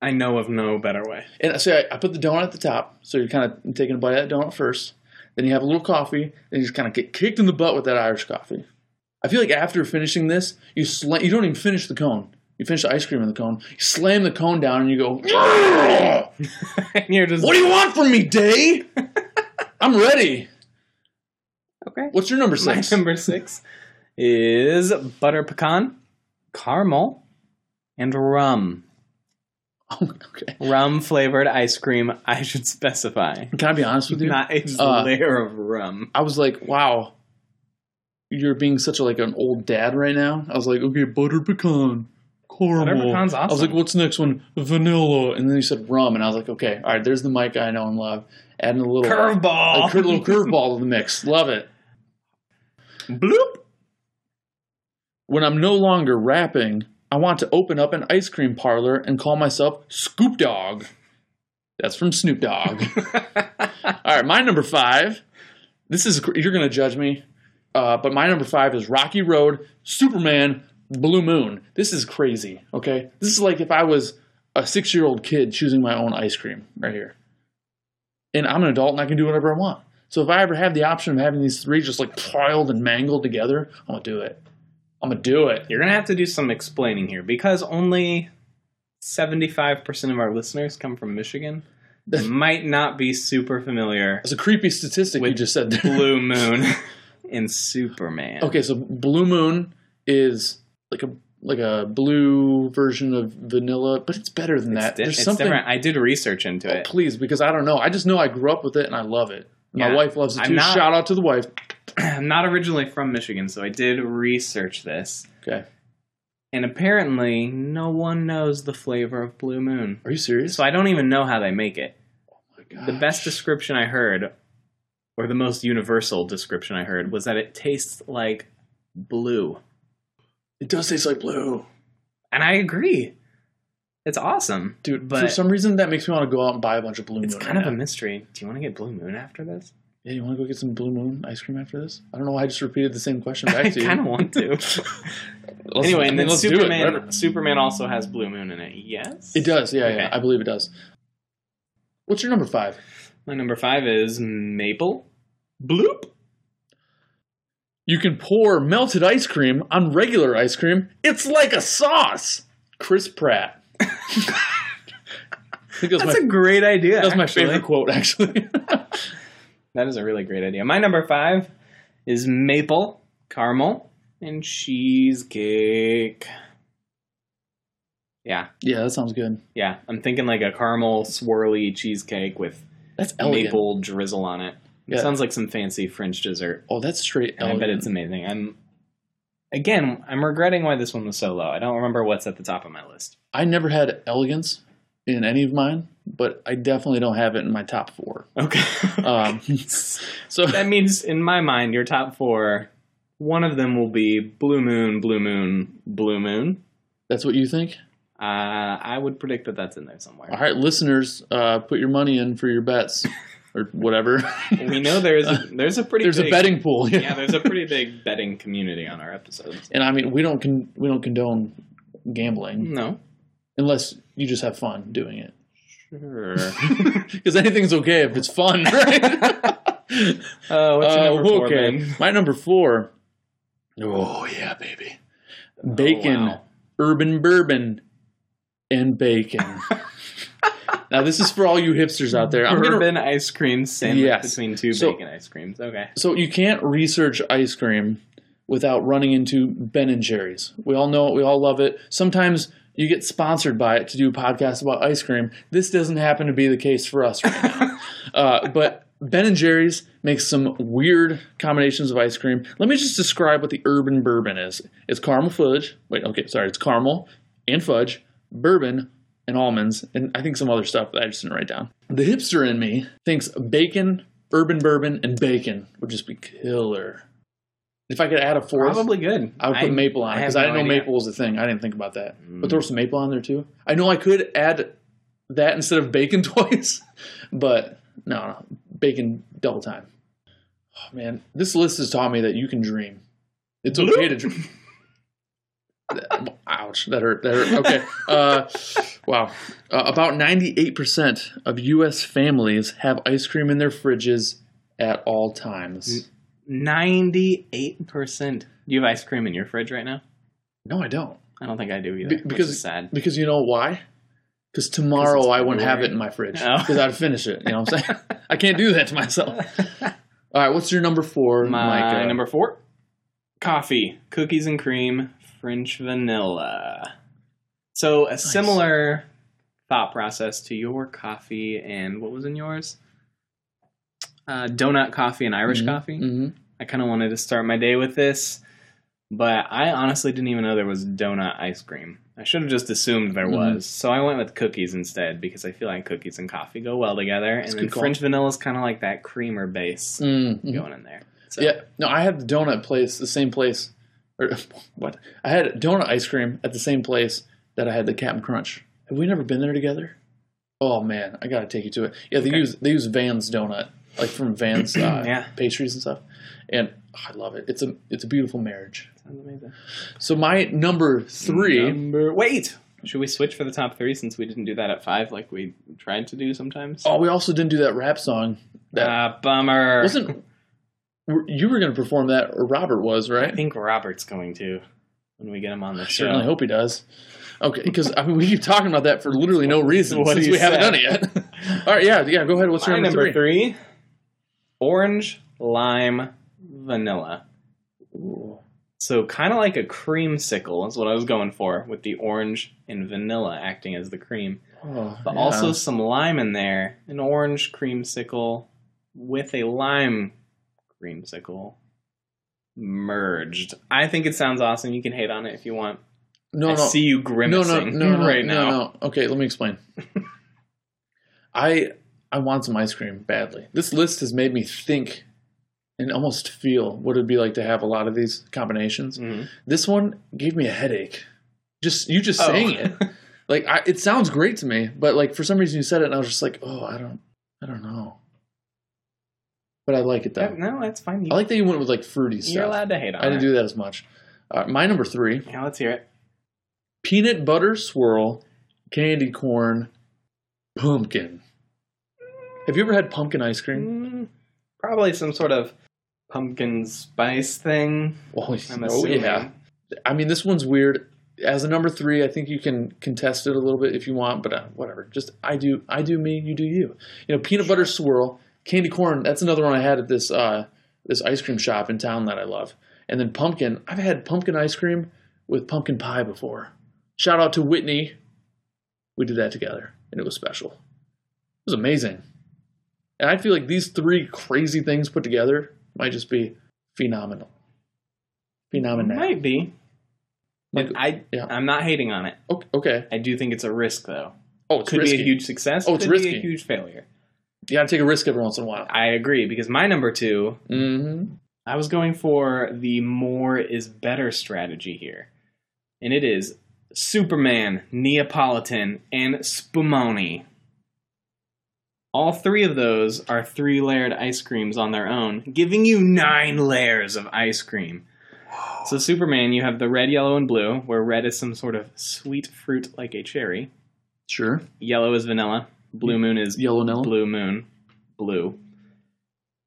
Speaker 3: I know of no better way.
Speaker 2: And so I, I put the donut at the top, so you're kind of taking a bite of that donut first. Then you have a little coffee, then you just kind of get kicked in the butt with that Irish coffee. I feel like after finishing this, you slam, you don't even finish the cone. You finish the ice cream in the cone. You slam the cone down and you go, "Grrr!
Speaker 3: and you're just
Speaker 2: "What do you want from me, Day? I'm ready."
Speaker 3: okay.
Speaker 2: What's your number
Speaker 3: My
Speaker 2: six?
Speaker 3: number six is butter pecan, caramel, and rum.
Speaker 2: Oh, okay.
Speaker 3: Rum flavored ice cream. I should specify.
Speaker 2: Can I be honest with you?
Speaker 3: Not a
Speaker 2: Uh,
Speaker 3: layer of rum.
Speaker 2: I was like, wow, you're being such a, like an old dad right now. I was like, okay, butter pecan, caramel.
Speaker 3: Butter pecan's
Speaker 2: I was
Speaker 3: awesome.
Speaker 2: like, what's next one? Vanilla. And then you said rum, and I was like, okay, all right, there's the mic I know and love. Adding a little
Speaker 3: Curveball.
Speaker 2: a cur- little curveball to the mix. Love it.
Speaker 3: Bloop.
Speaker 2: When I'm no longer rapping, I want to open up an ice cream parlor and call myself Scoop Dog. That's from Snoop Dogg. All right, my number five. This is you're gonna judge me, uh, but my number five is Rocky Road, Superman, Blue Moon. This is crazy. Okay, this is like if I was a six year old kid choosing my own ice cream right here, and I'm an adult and I can do whatever I want. So if I ever have the option of having these three just like piled and mangled together, I'm gonna do it. I'm gonna do it.
Speaker 3: You're gonna have to do some explaining here because only seventy-five percent of our listeners come from Michigan. They might not be super familiar
Speaker 2: That's a creepy statistic you
Speaker 3: With
Speaker 2: just said. There.
Speaker 3: Blue Moon and Superman.
Speaker 2: Okay, so Blue Moon is like a like a blue version of vanilla, but it's better than
Speaker 3: It's,
Speaker 2: that.
Speaker 3: di-
Speaker 2: There's
Speaker 3: it's
Speaker 2: something,
Speaker 3: different. I did research into
Speaker 2: oh,
Speaker 3: it.
Speaker 2: please, because I don't know. I just know I grew up with it and I love it. My
Speaker 3: Yeah.
Speaker 2: wife loves it
Speaker 3: I'm
Speaker 2: too.
Speaker 3: not-
Speaker 2: Shout out to the wife.
Speaker 3: I'm not originally from Michigan, so I did research this.
Speaker 2: Okay,
Speaker 3: And apparently, no one knows the flavor of Blue Moon.
Speaker 2: are you serious?
Speaker 3: So I don't even know how they make it.
Speaker 2: Oh,
Speaker 3: The best description I heard, or the most universal description I heard, was that it tastes like blue.
Speaker 2: it does taste like blue,
Speaker 3: And I agree. It's awesome.
Speaker 2: dude.
Speaker 3: But-
Speaker 2: for some reason, that makes me want to go out and buy a bunch of Blue Moon.
Speaker 3: It's kind
Speaker 2: right
Speaker 3: of a
Speaker 2: now.
Speaker 3: mystery. Do you want to get Blue Moon after this?
Speaker 2: yeah. You want to go get some Blue Moon ice cream after this? I don't know why I just repeated the same question
Speaker 3: I
Speaker 2: back to you.
Speaker 3: kind of want to.
Speaker 2: Let's-
Speaker 3: anyway,
Speaker 2: I mean,
Speaker 3: and then
Speaker 2: let's do it,
Speaker 3: Superman.
Speaker 2: whatever.
Speaker 3: Superman also has Blue Moon in it. Yes,
Speaker 2: It does. Yeah,
Speaker 3: Okay.
Speaker 2: yeah. I believe it does. What's your number five?
Speaker 3: My number five is maple. Bloop.
Speaker 2: You can pour melted ice cream on regular ice cream. It's like a sauce. Chris Pratt. I think that was
Speaker 3: That's
Speaker 2: my,
Speaker 3: a great idea.
Speaker 2: that was my
Speaker 3: actually.
Speaker 2: favorite quote, actually.
Speaker 3: That is a really great idea. My number five is maple, caramel, and cheesecake. Yeah,
Speaker 2: yeah, that sounds good.
Speaker 3: yeah. I'm thinking like a caramel swirly cheesecake with
Speaker 2: That's elegant.
Speaker 3: maple drizzle on it. It
Speaker 2: Yeah.
Speaker 3: sounds like some fancy French dessert.
Speaker 2: Oh, that's straight
Speaker 3: And I
Speaker 2: elegant.
Speaker 3: bet it's amazing. I'm again, I'm regretting why this one was so low. I don't remember what's at the top of my list.
Speaker 2: I never had elegance in any of mine, but I definitely don't have it in my top four.
Speaker 3: Okay.
Speaker 2: Um, so
Speaker 3: that means in my mind your top four one of them will be blue moon blue moon blue moon
Speaker 2: that's what you think?
Speaker 3: uh, i would predict that that's in there somewhere
Speaker 2: All right, listeners, uh, put your money in for your bets or whatever.
Speaker 3: we know there's a, there's a pretty
Speaker 2: There's
Speaker 3: big,
Speaker 2: a betting pool.
Speaker 3: yeah there's a pretty big betting community on our episodes
Speaker 2: and I mean we don't con- we don't condone gambling
Speaker 3: no
Speaker 2: unless you just have fun doing it
Speaker 3: sure
Speaker 2: because anything's okay if it's fun, right?
Speaker 3: uh, what's your
Speaker 2: Uh,
Speaker 3: number four,
Speaker 2: okay,
Speaker 3: Ben?
Speaker 2: my number four. Oh yeah, baby, bacon,
Speaker 3: Oh, wow.
Speaker 2: urban bourbon, and bacon. now this is for all you hipsters out there. I'm gonna,
Speaker 3: bourbon ice cream sandwich
Speaker 2: Yes.
Speaker 3: between two
Speaker 2: So-
Speaker 3: bacon ice creams okay
Speaker 2: so you can't research ice cream without running into Ben and Jerry's. We all know it. We all love it. Sometimes you get sponsored by it to do podcasts about ice cream. This doesn't happen to be the case for us right now. uh, but Ben and Jerry's makes some weird combinations of ice cream. Let me just describe what the urban bourbon is. It's caramel fudge. Wait, okay, sorry. It's caramel and fudge, bourbon and almonds, and I think some other stuff that I just didn't write down. The hipster in me thinks bacon, urban bourbon, and bacon would just be killer. If I could add a fourth,
Speaker 3: Probably good.
Speaker 2: I would put maple on it
Speaker 3: have
Speaker 2: because I,
Speaker 3: no
Speaker 2: didn't know
Speaker 3: idea. Mm.
Speaker 2: maple was a thing. I didn't think about that. But there was some maple on there too. I know I could add that instead of bacon twice, but no, no bacon double time. Oh, man, this list has taught me that you can dream. It's okay to dream. That- Ouch, that hurt. That hurt. Okay. Uh, wow. Uh, about 98% of U.S. families have ice cream in their fridges at all
Speaker 3: Mm.
Speaker 2: times.
Speaker 3: Ninety-eight percent. Do you have ice cream in your fridge right now?
Speaker 2: No, I don't.
Speaker 3: I don't think I do either.
Speaker 2: Be-
Speaker 3: which
Speaker 2: because-
Speaker 3: is sad.
Speaker 2: Because you know why? Because tomorrow
Speaker 3: 'Cause it's
Speaker 2: I wouldn't have
Speaker 3: February.
Speaker 2: it in my fridge
Speaker 3: Oh.
Speaker 2: because I'd finish it. You know what I'm saying? I can't do that to myself. All right, what's your number four,
Speaker 3: My
Speaker 2: Micah?
Speaker 3: number four: coffee, cookies and cream, French vanilla. So a similar thought process to your coffee and what was in yours? Uh, donut coffee and Irish
Speaker 2: Mhm.
Speaker 3: coffee.
Speaker 2: Mhm.
Speaker 3: I kind of wanted to start my day with this, but I honestly didn't even know there was donut ice cream. I should have just assumed there
Speaker 2: Mhm.
Speaker 3: was. So I went with cookies instead because I feel like cookies and coffee go well together.
Speaker 2: That's a
Speaker 3: and then
Speaker 2: good call.
Speaker 3: French vanilla is kind of like that creamer base
Speaker 2: Mm, mhm.
Speaker 3: going in there. So
Speaker 2: Yeah, no, I had the donut place, the same place. Or, what? I had donut ice cream at the same place that I had the Captain Crunch. Have we never been there together? Oh man, I gotta take you to it. Yeah, they
Speaker 3: Okay.
Speaker 2: use they use Vans donut, like from Vans uh,
Speaker 3: Yeah.
Speaker 2: pastries and stuff, and oh, I love it. It's a it's a beautiful marriage.
Speaker 3: sounds amazing.
Speaker 2: So my number three.
Speaker 3: Number, wait. Should we switch for the top three since we didn't do that at five like we tried to do sometimes?
Speaker 2: Oh, we also didn't do that rap song. That
Speaker 3: Ah, bummer.
Speaker 2: wasn't. were- You were going to perform that, or Robert was,
Speaker 3: I
Speaker 2: right?
Speaker 3: think Robert's going to when we get him on the show.
Speaker 2: Certainly hope he does. Okay, because I mean, we keep talking about that for literally no reason
Speaker 3: what
Speaker 2: since
Speaker 3: he
Speaker 2: we haven't
Speaker 3: said.
Speaker 2: done it yet. All right, yeah, yeah. Go ahead. What's
Speaker 3: My
Speaker 2: your number, three?
Speaker 3: orange, lime, vanilla.
Speaker 2: Ooh.
Speaker 3: So kind of like a creamsicle is what I was going for with the orange and vanilla acting as the cream,
Speaker 2: Oh,
Speaker 3: but
Speaker 2: yeah.
Speaker 3: also some lime in there. An orange creamsicle with a lime creamsicle merged. I think it sounds awesome. You can hate on it if you want.
Speaker 2: no,
Speaker 3: I
Speaker 2: no,
Speaker 3: see you
Speaker 2: no, no,
Speaker 3: grimacing
Speaker 2: no, no,
Speaker 3: right
Speaker 2: no,
Speaker 3: now.
Speaker 2: no. Okay, let me explain. I I want some ice cream badly. This list has made me think and almost feel what it'd be like to have a lot of these combinations.
Speaker 3: Mhm.
Speaker 2: This one gave me a headache. Just you just
Speaker 3: Oh.
Speaker 2: saying it. Like I, it sounds great to me, but like for some reason you said it, and I was just like, oh, I don't, I don't know. But I like it though.
Speaker 3: That- no, that's fine. You,
Speaker 2: I like that you went with like fruity
Speaker 3: you're
Speaker 2: stuff.
Speaker 3: allowed to hate on
Speaker 2: I didn't
Speaker 3: it.
Speaker 2: do that as much. Uh, my number three:
Speaker 3: Yeah, let's hear it.
Speaker 2: peanut butter swirl, candy corn, pumpkin. Have you ever had pumpkin ice cream?
Speaker 3: Mm, probably some sort of pumpkin spice thing.
Speaker 2: Oh,
Speaker 3: I'm
Speaker 2: oh
Speaker 3: assuming.
Speaker 2: yeah. I mean, this one's weird. As a number three, I think you can contest it a little bit if you want, but uh, whatever. Just I do, I do me, you do you. You know, peanut butter swirl, candy corn. That's another one I had at this uh, this ice cream shop in town that I love. And then pumpkin. I've had pumpkin ice cream with pumpkin pie before. Shout out to Whitney. We did that together, and it was special. It was amazing. And I feel like these three crazy things put together might just be phenomenal. Phenomenal.
Speaker 3: Might be.
Speaker 2: Like-
Speaker 3: And I
Speaker 2: yeah.
Speaker 3: I'm not hating on it.
Speaker 2: Okay. okay.
Speaker 3: I do think it's a risk though.
Speaker 2: Oh, it's
Speaker 3: Could
Speaker 2: risky.
Speaker 3: be a huge success.
Speaker 2: Oh, it's
Speaker 3: could be
Speaker 2: risky.
Speaker 3: a huge failure.
Speaker 2: you gotta take a risk every once in a while.
Speaker 3: I agree because my number two,
Speaker 2: Mm-hmm.
Speaker 3: I was going for the more is better strategy here, and it is Superman, Neapolitan, and Spumoni. All three of those are three layered ice creams on their own, giving you nine layers of ice cream. So, Superman, you have the red, yellow, and blue, where red is some sort of sweet fruit like a cherry.
Speaker 2: Sure.
Speaker 3: Yellow is vanilla. Blue moon is
Speaker 2: Yellow Nella.
Speaker 3: blue moon. Blue.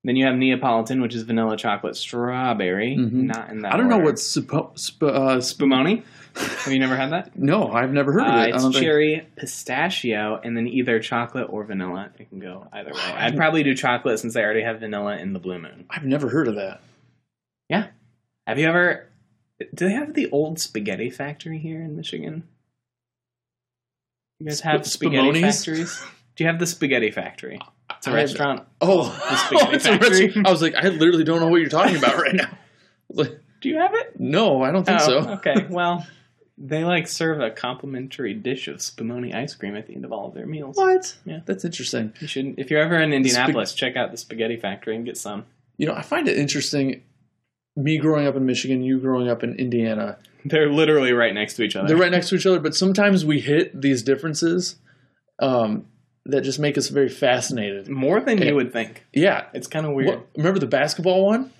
Speaker 3: Then you have Neapolitan, which is vanilla chocolate strawberry.
Speaker 2: Mhm.
Speaker 3: Not in that
Speaker 2: I don't know
Speaker 3: order.
Speaker 2: what suppo- sp- uh, sp-
Speaker 3: Spumoni. Have you never had that?
Speaker 2: No, I've never heard
Speaker 3: Uh,
Speaker 2: of it. I don't
Speaker 3: it's
Speaker 2: think-
Speaker 3: cherry, pistachio, and then either chocolate or vanilla. It can go either way. I'd probably do chocolate since I already have vanilla in the blue moon.
Speaker 2: I've never heard of that.
Speaker 3: Yeah. Have you ever? Do they have the old spaghetti factory here in Michigan? You guys
Speaker 2: Sp-
Speaker 3: have spaghetti
Speaker 2: Spumoni's?
Speaker 3: factories? Do you have the spaghetti factory? It's a
Speaker 2: I-
Speaker 3: restaurant.
Speaker 2: Oh,
Speaker 3: The spaghetti
Speaker 2: it's a
Speaker 3: factory.
Speaker 2: restaurant. I was like, I literally don't know what you're talking about right now. Like,
Speaker 3: Do you have it?
Speaker 2: no, I don't think
Speaker 3: oh,
Speaker 2: so.
Speaker 3: okay. Well, they like serve a complimentary dish of spumoni ice cream at the end of all of their meals.
Speaker 2: What?
Speaker 3: Yeah.
Speaker 2: That's interesting.
Speaker 3: You should, if you're ever in Indianapolis, check out the spaghetti factory and get some.
Speaker 2: You know, I find it interesting. Me growing up in Michigan, you growing up in Indiana.
Speaker 3: They're literally right next to each other.
Speaker 2: They're right next to each other, but sometimes we hit these differences um, that just make us very fascinated.
Speaker 3: More than
Speaker 2: Yeah.
Speaker 3: you would think.
Speaker 2: Yeah.
Speaker 3: It's kind of weird.
Speaker 2: What- remember the basketball one?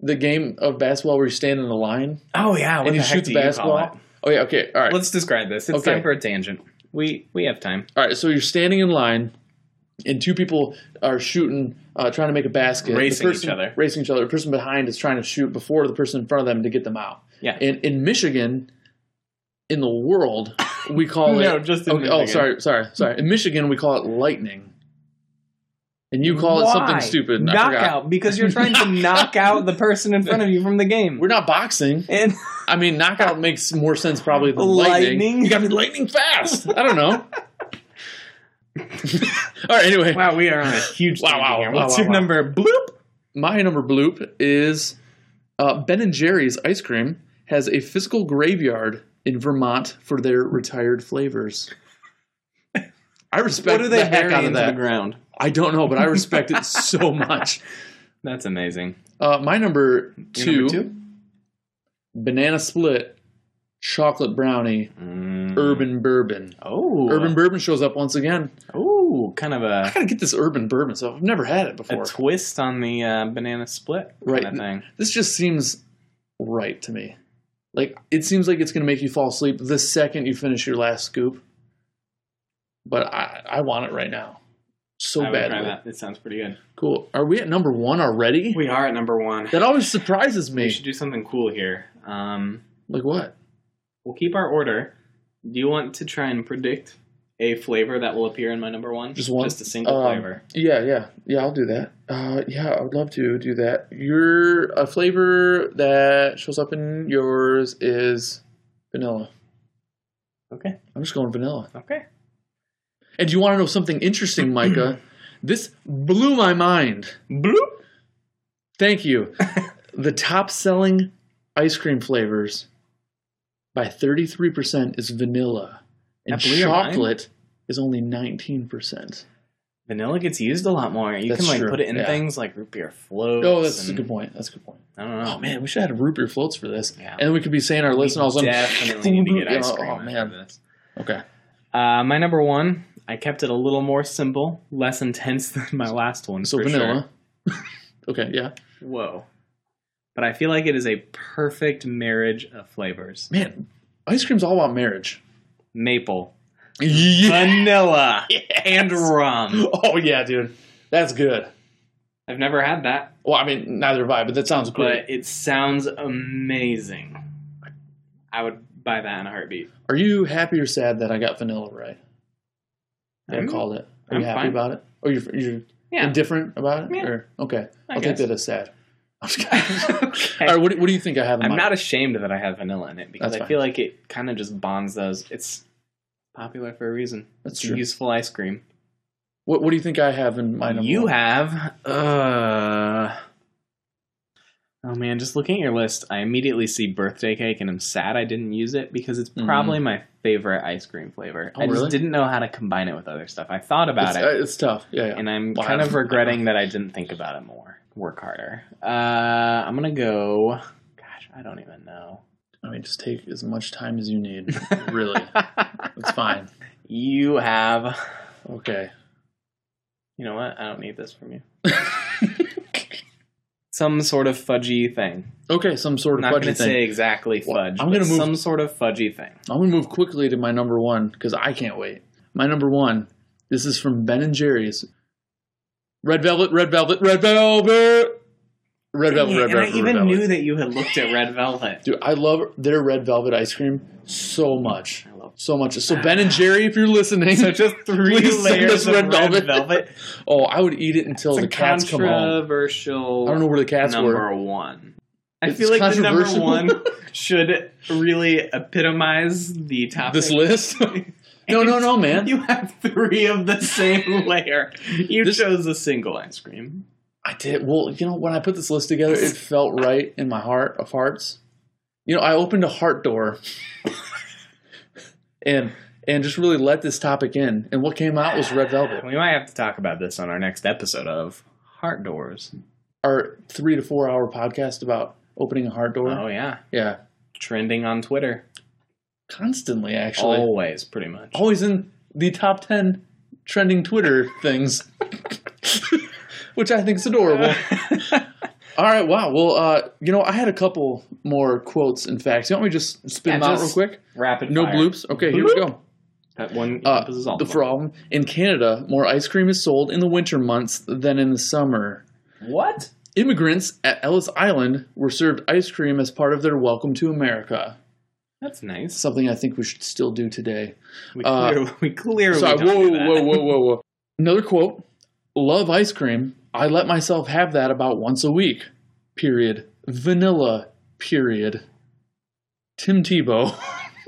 Speaker 2: The game of basketball where you stand in a line
Speaker 3: Oh yeah, what
Speaker 2: and
Speaker 3: the
Speaker 2: you
Speaker 3: heck
Speaker 2: shoot the
Speaker 3: do you call
Speaker 2: basketball.
Speaker 3: it?
Speaker 2: Oh yeah, okay, all right.
Speaker 3: Let's describe this. It's
Speaker 2: Okay.
Speaker 3: time for a tangent. We we have time.
Speaker 2: All right, so you're standing in line, and two people are shooting, uh, trying to make a basket. The
Speaker 3: Racing each
Speaker 2: person-
Speaker 3: other.
Speaker 2: Racing each other. The person behind is trying to shoot before the person in front of them to get them out.
Speaker 3: Yeah.
Speaker 2: And in Michigan, in the world, we call it.
Speaker 3: No, just in
Speaker 2: okay, Oh,
Speaker 3: Michigan.
Speaker 2: sorry, sorry, sorry. In Michigan, we call it lightning. And you call it something stupid. and I forgot.
Speaker 3: Knockout because you're trying to knock out the person in front of you from the game.
Speaker 2: We're not boxing.
Speaker 3: And
Speaker 2: I mean, knockout makes more sense probably than lightning.
Speaker 3: Lightning?
Speaker 2: You got me lightning fast. I don't know. All right. Anyway,
Speaker 3: wow, we are on a huge
Speaker 2: Wow,
Speaker 3: tangent
Speaker 2: wow,
Speaker 3: here.
Speaker 2: wow,
Speaker 3: What's
Speaker 2: wow,
Speaker 3: your
Speaker 2: wow.
Speaker 3: number? Bloop.
Speaker 2: my number bloop is uh, Ben and Jerry's ice cream has a physical graveyard in Vermont for their retired flavors. I
Speaker 3: What
Speaker 2: respect
Speaker 3: do they
Speaker 2: the heck
Speaker 3: bury
Speaker 2: out
Speaker 3: into
Speaker 2: of that.
Speaker 3: the ground?
Speaker 2: I don't know, but I respect it so much.
Speaker 3: That's amazing.
Speaker 2: Uh, my number
Speaker 3: Your
Speaker 2: two,
Speaker 3: number two?
Speaker 2: banana split, chocolate brownie,
Speaker 3: Mm.
Speaker 2: urban bourbon.
Speaker 3: Oh,
Speaker 2: Urban bourbon shows up once again.
Speaker 3: Oh, kind of a
Speaker 2: I gotta get this urban bourbon stuff. I've never had it
Speaker 3: a
Speaker 2: before.
Speaker 3: twist on the uh, banana split
Speaker 2: Right.
Speaker 3: kind of thing.
Speaker 2: this just seems right to me. Like it seems like it's going to make you fall asleep the second you finish your last scoop. But I, I want it right now, so
Speaker 3: I would try
Speaker 2: badly.
Speaker 3: that. It sounds pretty good.
Speaker 2: Cool. Are we at number one already?
Speaker 3: We are at number one.
Speaker 2: That always surprises
Speaker 3: We
Speaker 2: me.
Speaker 3: should do something cool here. Um,
Speaker 2: Like what?
Speaker 3: We'll keep our order. Do you want to try and predict a flavor that will appear in my number one?
Speaker 2: Just one?
Speaker 3: Just a single
Speaker 2: Um,
Speaker 3: flavor.
Speaker 2: Yeah, yeah, yeah. I'll do that. Uh, yeah, I would love to do that. Your a flavor that shows up in yours is vanilla.
Speaker 3: Okay.
Speaker 2: I'm just going vanilla.
Speaker 3: Okay.
Speaker 2: And you want to know something interesting, Micah? this blew my mind.
Speaker 3: Bloop.
Speaker 2: Thank you. the top selling ice cream flavors by 33% is vanilla, and
Speaker 3: That blew your mind?
Speaker 2: chocolate is only 19%.
Speaker 3: Vanilla gets used a lot more. You
Speaker 2: That's
Speaker 3: can like
Speaker 2: true,
Speaker 3: put it in
Speaker 2: yeah.
Speaker 3: things like root beer floats.
Speaker 2: Oh, that's a
Speaker 3: and-
Speaker 2: good point. That's a good point.
Speaker 3: I don't know.
Speaker 2: Oh, man, we should have had root beer floats for this.
Speaker 3: Yeah.
Speaker 2: And then we could be saying our list and all of a sudden.
Speaker 3: definitely need to get ice
Speaker 2: Oh,
Speaker 3: cream.
Speaker 2: Oh,
Speaker 3: after
Speaker 2: man.
Speaker 3: This.
Speaker 2: Okay.
Speaker 3: Uh, my number one. I kept it a little more simple, less intense than my last one.
Speaker 2: So
Speaker 3: for sure.
Speaker 2: vanilla. okay, yeah.
Speaker 3: Whoa. But I feel like it is a perfect marriage of flavors.
Speaker 2: Man, ice cream's all about marriage.
Speaker 3: Maple,
Speaker 2: Yeah.
Speaker 3: vanilla, and rum.
Speaker 2: Oh, yeah, dude. That's good.
Speaker 3: I've never had that,
Speaker 2: Well, I mean, neither have I, but that sounds great.
Speaker 3: but it sounds amazing. I would buy that in a heartbeat.
Speaker 2: Are you happy or sad that I got vanilla right? That I
Speaker 3: I'm-
Speaker 2: called it. Are
Speaker 3: I'm
Speaker 2: you happy
Speaker 3: fine.
Speaker 2: about it? Or you're, you're
Speaker 3: Yeah.
Speaker 2: indifferent about it?
Speaker 3: Yeah.
Speaker 2: Or, okay.
Speaker 3: I
Speaker 2: I'll
Speaker 3: guess.
Speaker 2: take that as sad. I'm just kidding.
Speaker 3: Okay.
Speaker 2: All right, what do, what do you think I have in
Speaker 3: I'm
Speaker 2: mind?
Speaker 3: not ashamed that I have vanilla in it because
Speaker 2: That's
Speaker 3: I
Speaker 2: fine.
Speaker 3: feel like it kind of just bonds those. It's popular for a reason.
Speaker 2: That's
Speaker 3: It's
Speaker 2: true.
Speaker 3: useful ice cream.
Speaker 2: What, what do you think I have in mind?
Speaker 3: you have uh oh man just looking at your list i immediately see birthday cake and i'm sad i didn't use it because it's probably my favorite ice cream flavor
Speaker 2: Mm-hmm. Oh,
Speaker 3: i
Speaker 2: really?
Speaker 3: just didn't know how to combine it with other stuff i thought about
Speaker 2: it's,
Speaker 3: it
Speaker 2: uh, it's tough. Yeah, yeah.
Speaker 3: and i'm
Speaker 2: Well,
Speaker 3: kind
Speaker 2: I-
Speaker 3: of regretting that i didn't think about it more work harder uh i'm gonna go gosh i don't even know
Speaker 2: I mean, just take as much time as you need. really. It's fine.
Speaker 3: you have
Speaker 2: Okay.
Speaker 3: you know what i don't need this from you some sort of fudgy thing
Speaker 2: Okay, some
Speaker 3: I'm
Speaker 2: sort of
Speaker 3: not going
Speaker 2: budget
Speaker 3: to
Speaker 2: thing.
Speaker 3: say exactly fudge.
Speaker 2: Well, I'm
Speaker 3: but
Speaker 2: gonna move-
Speaker 3: some sort of fudgy thing.
Speaker 2: I'm going to move quickly to my number one because I can't wait. My number one, this is from Ben and Jerry's. Red Velvet, Red Velvet, Red Velvet. Red Velvet, Red Velvet.
Speaker 3: and I
Speaker 2: Red
Speaker 3: even
Speaker 2: Velvet.
Speaker 3: knew that you had looked at red velvet.
Speaker 2: Dude, I love their Red Velvet ice cream so much.
Speaker 3: I love.
Speaker 2: So much. So, Ben
Speaker 3: Ah.
Speaker 2: and Jerry, if you're listening,
Speaker 3: So just three
Speaker 2: Please send
Speaker 3: layers
Speaker 2: us
Speaker 3: of
Speaker 2: red
Speaker 3: red velvet.
Speaker 2: velvet. oh, I would eat it until
Speaker 3: It's a
Speaker 2: the cats come home.
Speaker 3: controversial
Speaker 2: I don't know where the cats
Speaker 3: number
Speaker 2: were.
Speaker 3: one. I
Speaker 2: It's
Speaker 3: feel like the number
Speaker 2: controversial.
Speaker 3: one should really epitomize the topic.
Speaker 2: This list? No, no, no, man.
Speaker 3: You have three of the same layer. You
Speaker 2: This-
Speaker 3: chose a single ice cream.
Speaker 2: I did. Well, you know, when I put this list together, it felt right in my heart of hearts. You know, I opened a heart door and and just really let this topic in. And what came out was Red Velvet.
Speaker 3: We might have to talk about this on our next episode of Heart Doors.
Speaker 2: Our three to four hour podcast about opening a heart door.
Speaker 3: Oh yeah,
Speaker 2: Yeah.
Speaker 3: trending on Twitter
Speaker 2: Constantly, actually.
Speaker 3: always, pretty much.
Speaker 2: Always in the top 10 trending Twitter things, which I think is adorable. All right, wow. Well, uh, you know, I had a couple more quotes and facts. You want me to just spin
Speaker 3: Yeah,
Speaker 2: them out real
Speaker 3: just-
Speaker 2: quick?
Speaker 3: Rapid
Speaker 2: No
Speaker 3: fire.
Speaker 2: bloops. Okay, here we go.
Speaker 3: That one
Speaker 2: Uh,
Speaker 3: encompasses all
Speaker 2: the
Speaker 3: of them.
Speaker 2: problem in Canada, more ice cream is sold in the winter months than in the summer.
Speaker 3: What?
Speaker 2: Immigrants at Ellis Island were served ice cream as part of their welcome to America.
Speaker 3: That's nice.
Speaker 2: Something I think we should still do today.
Speaker 3: We,
Speaker 2: Uh,
Speaker 3: clear, we clearly.
Speaker 2: Sorry,
Speaker 3: don't
Speaker 2: whoa,
Speaker 3: do that.
Speaker 2: whoa, whoa, whoa, whoa. Another quote: "Love ice cream. I let myself have that about once a week. Period. Vanilla. Period." Tim Tebow.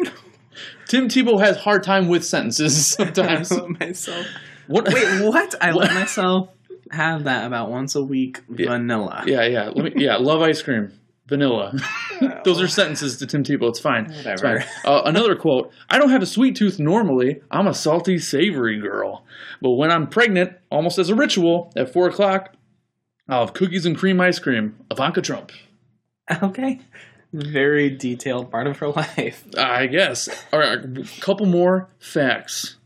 Speaker 2: Tim Tebow has hard time with sentences
Speaker 3: I
Speaker 2: sometimes.
Speaker 3: let myself.
Speaker 2: What?
Speaker 3: Wait, what? I
Speaker 2: What?
Speaker 3: let myself have that about once a week. Vanilla.
Speaker 2: Yeah, yeah. Let me, yeah, love ice cream. Vanilla. Those are sentences to Tim Tebow. It's fine. It's
Speaker 3: Whatever.
Speaker 2: fine. Uh, another quote I don't have a sweet tooth normally. I'm a salty, savory girl. But when I'm pregnant, almost as a ritual, at 4 o'clock, I'll have cookies and cream ice cream. Ivanka Trump.
Speaker 3: Okay. Very detailed part of her life.
Speaker 2: I guess. All right, a couple more facts.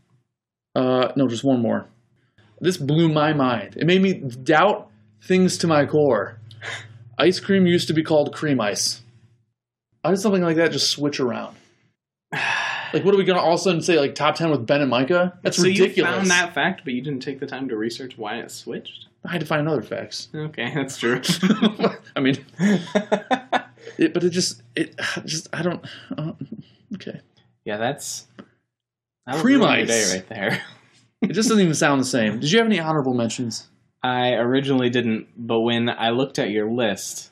Speaker 2: Uh, no, just one more. This blew my mind. It made me doubt things to my core. Ice cream used to be called cream ice. How did something like that just switch around? Like, what are we gonna all of a sudden say? Like top ten with Ben and Micah? That's
Speaker 3: so
Speaker 2: ridiculous.
Speaker 3: you found that fact, but you didn't take the time to research why it switched.
Speaker 2: I had to find other facts.
Speaker 3: Okay, that's true.
Speaker 2: I mean, it, but it just it just I don't. Uh, okay,
Speaker 3: yeah, that's that would
Speaker 2: Cream
Speaker 3: ruin your
Speaker 2: ice.
Speaker 3: day right there.
Speaker 2: it just doesn't even sound the same. Did you have any honorable mentions?
Speaker 3: I originally didn't, but when I looked at your list,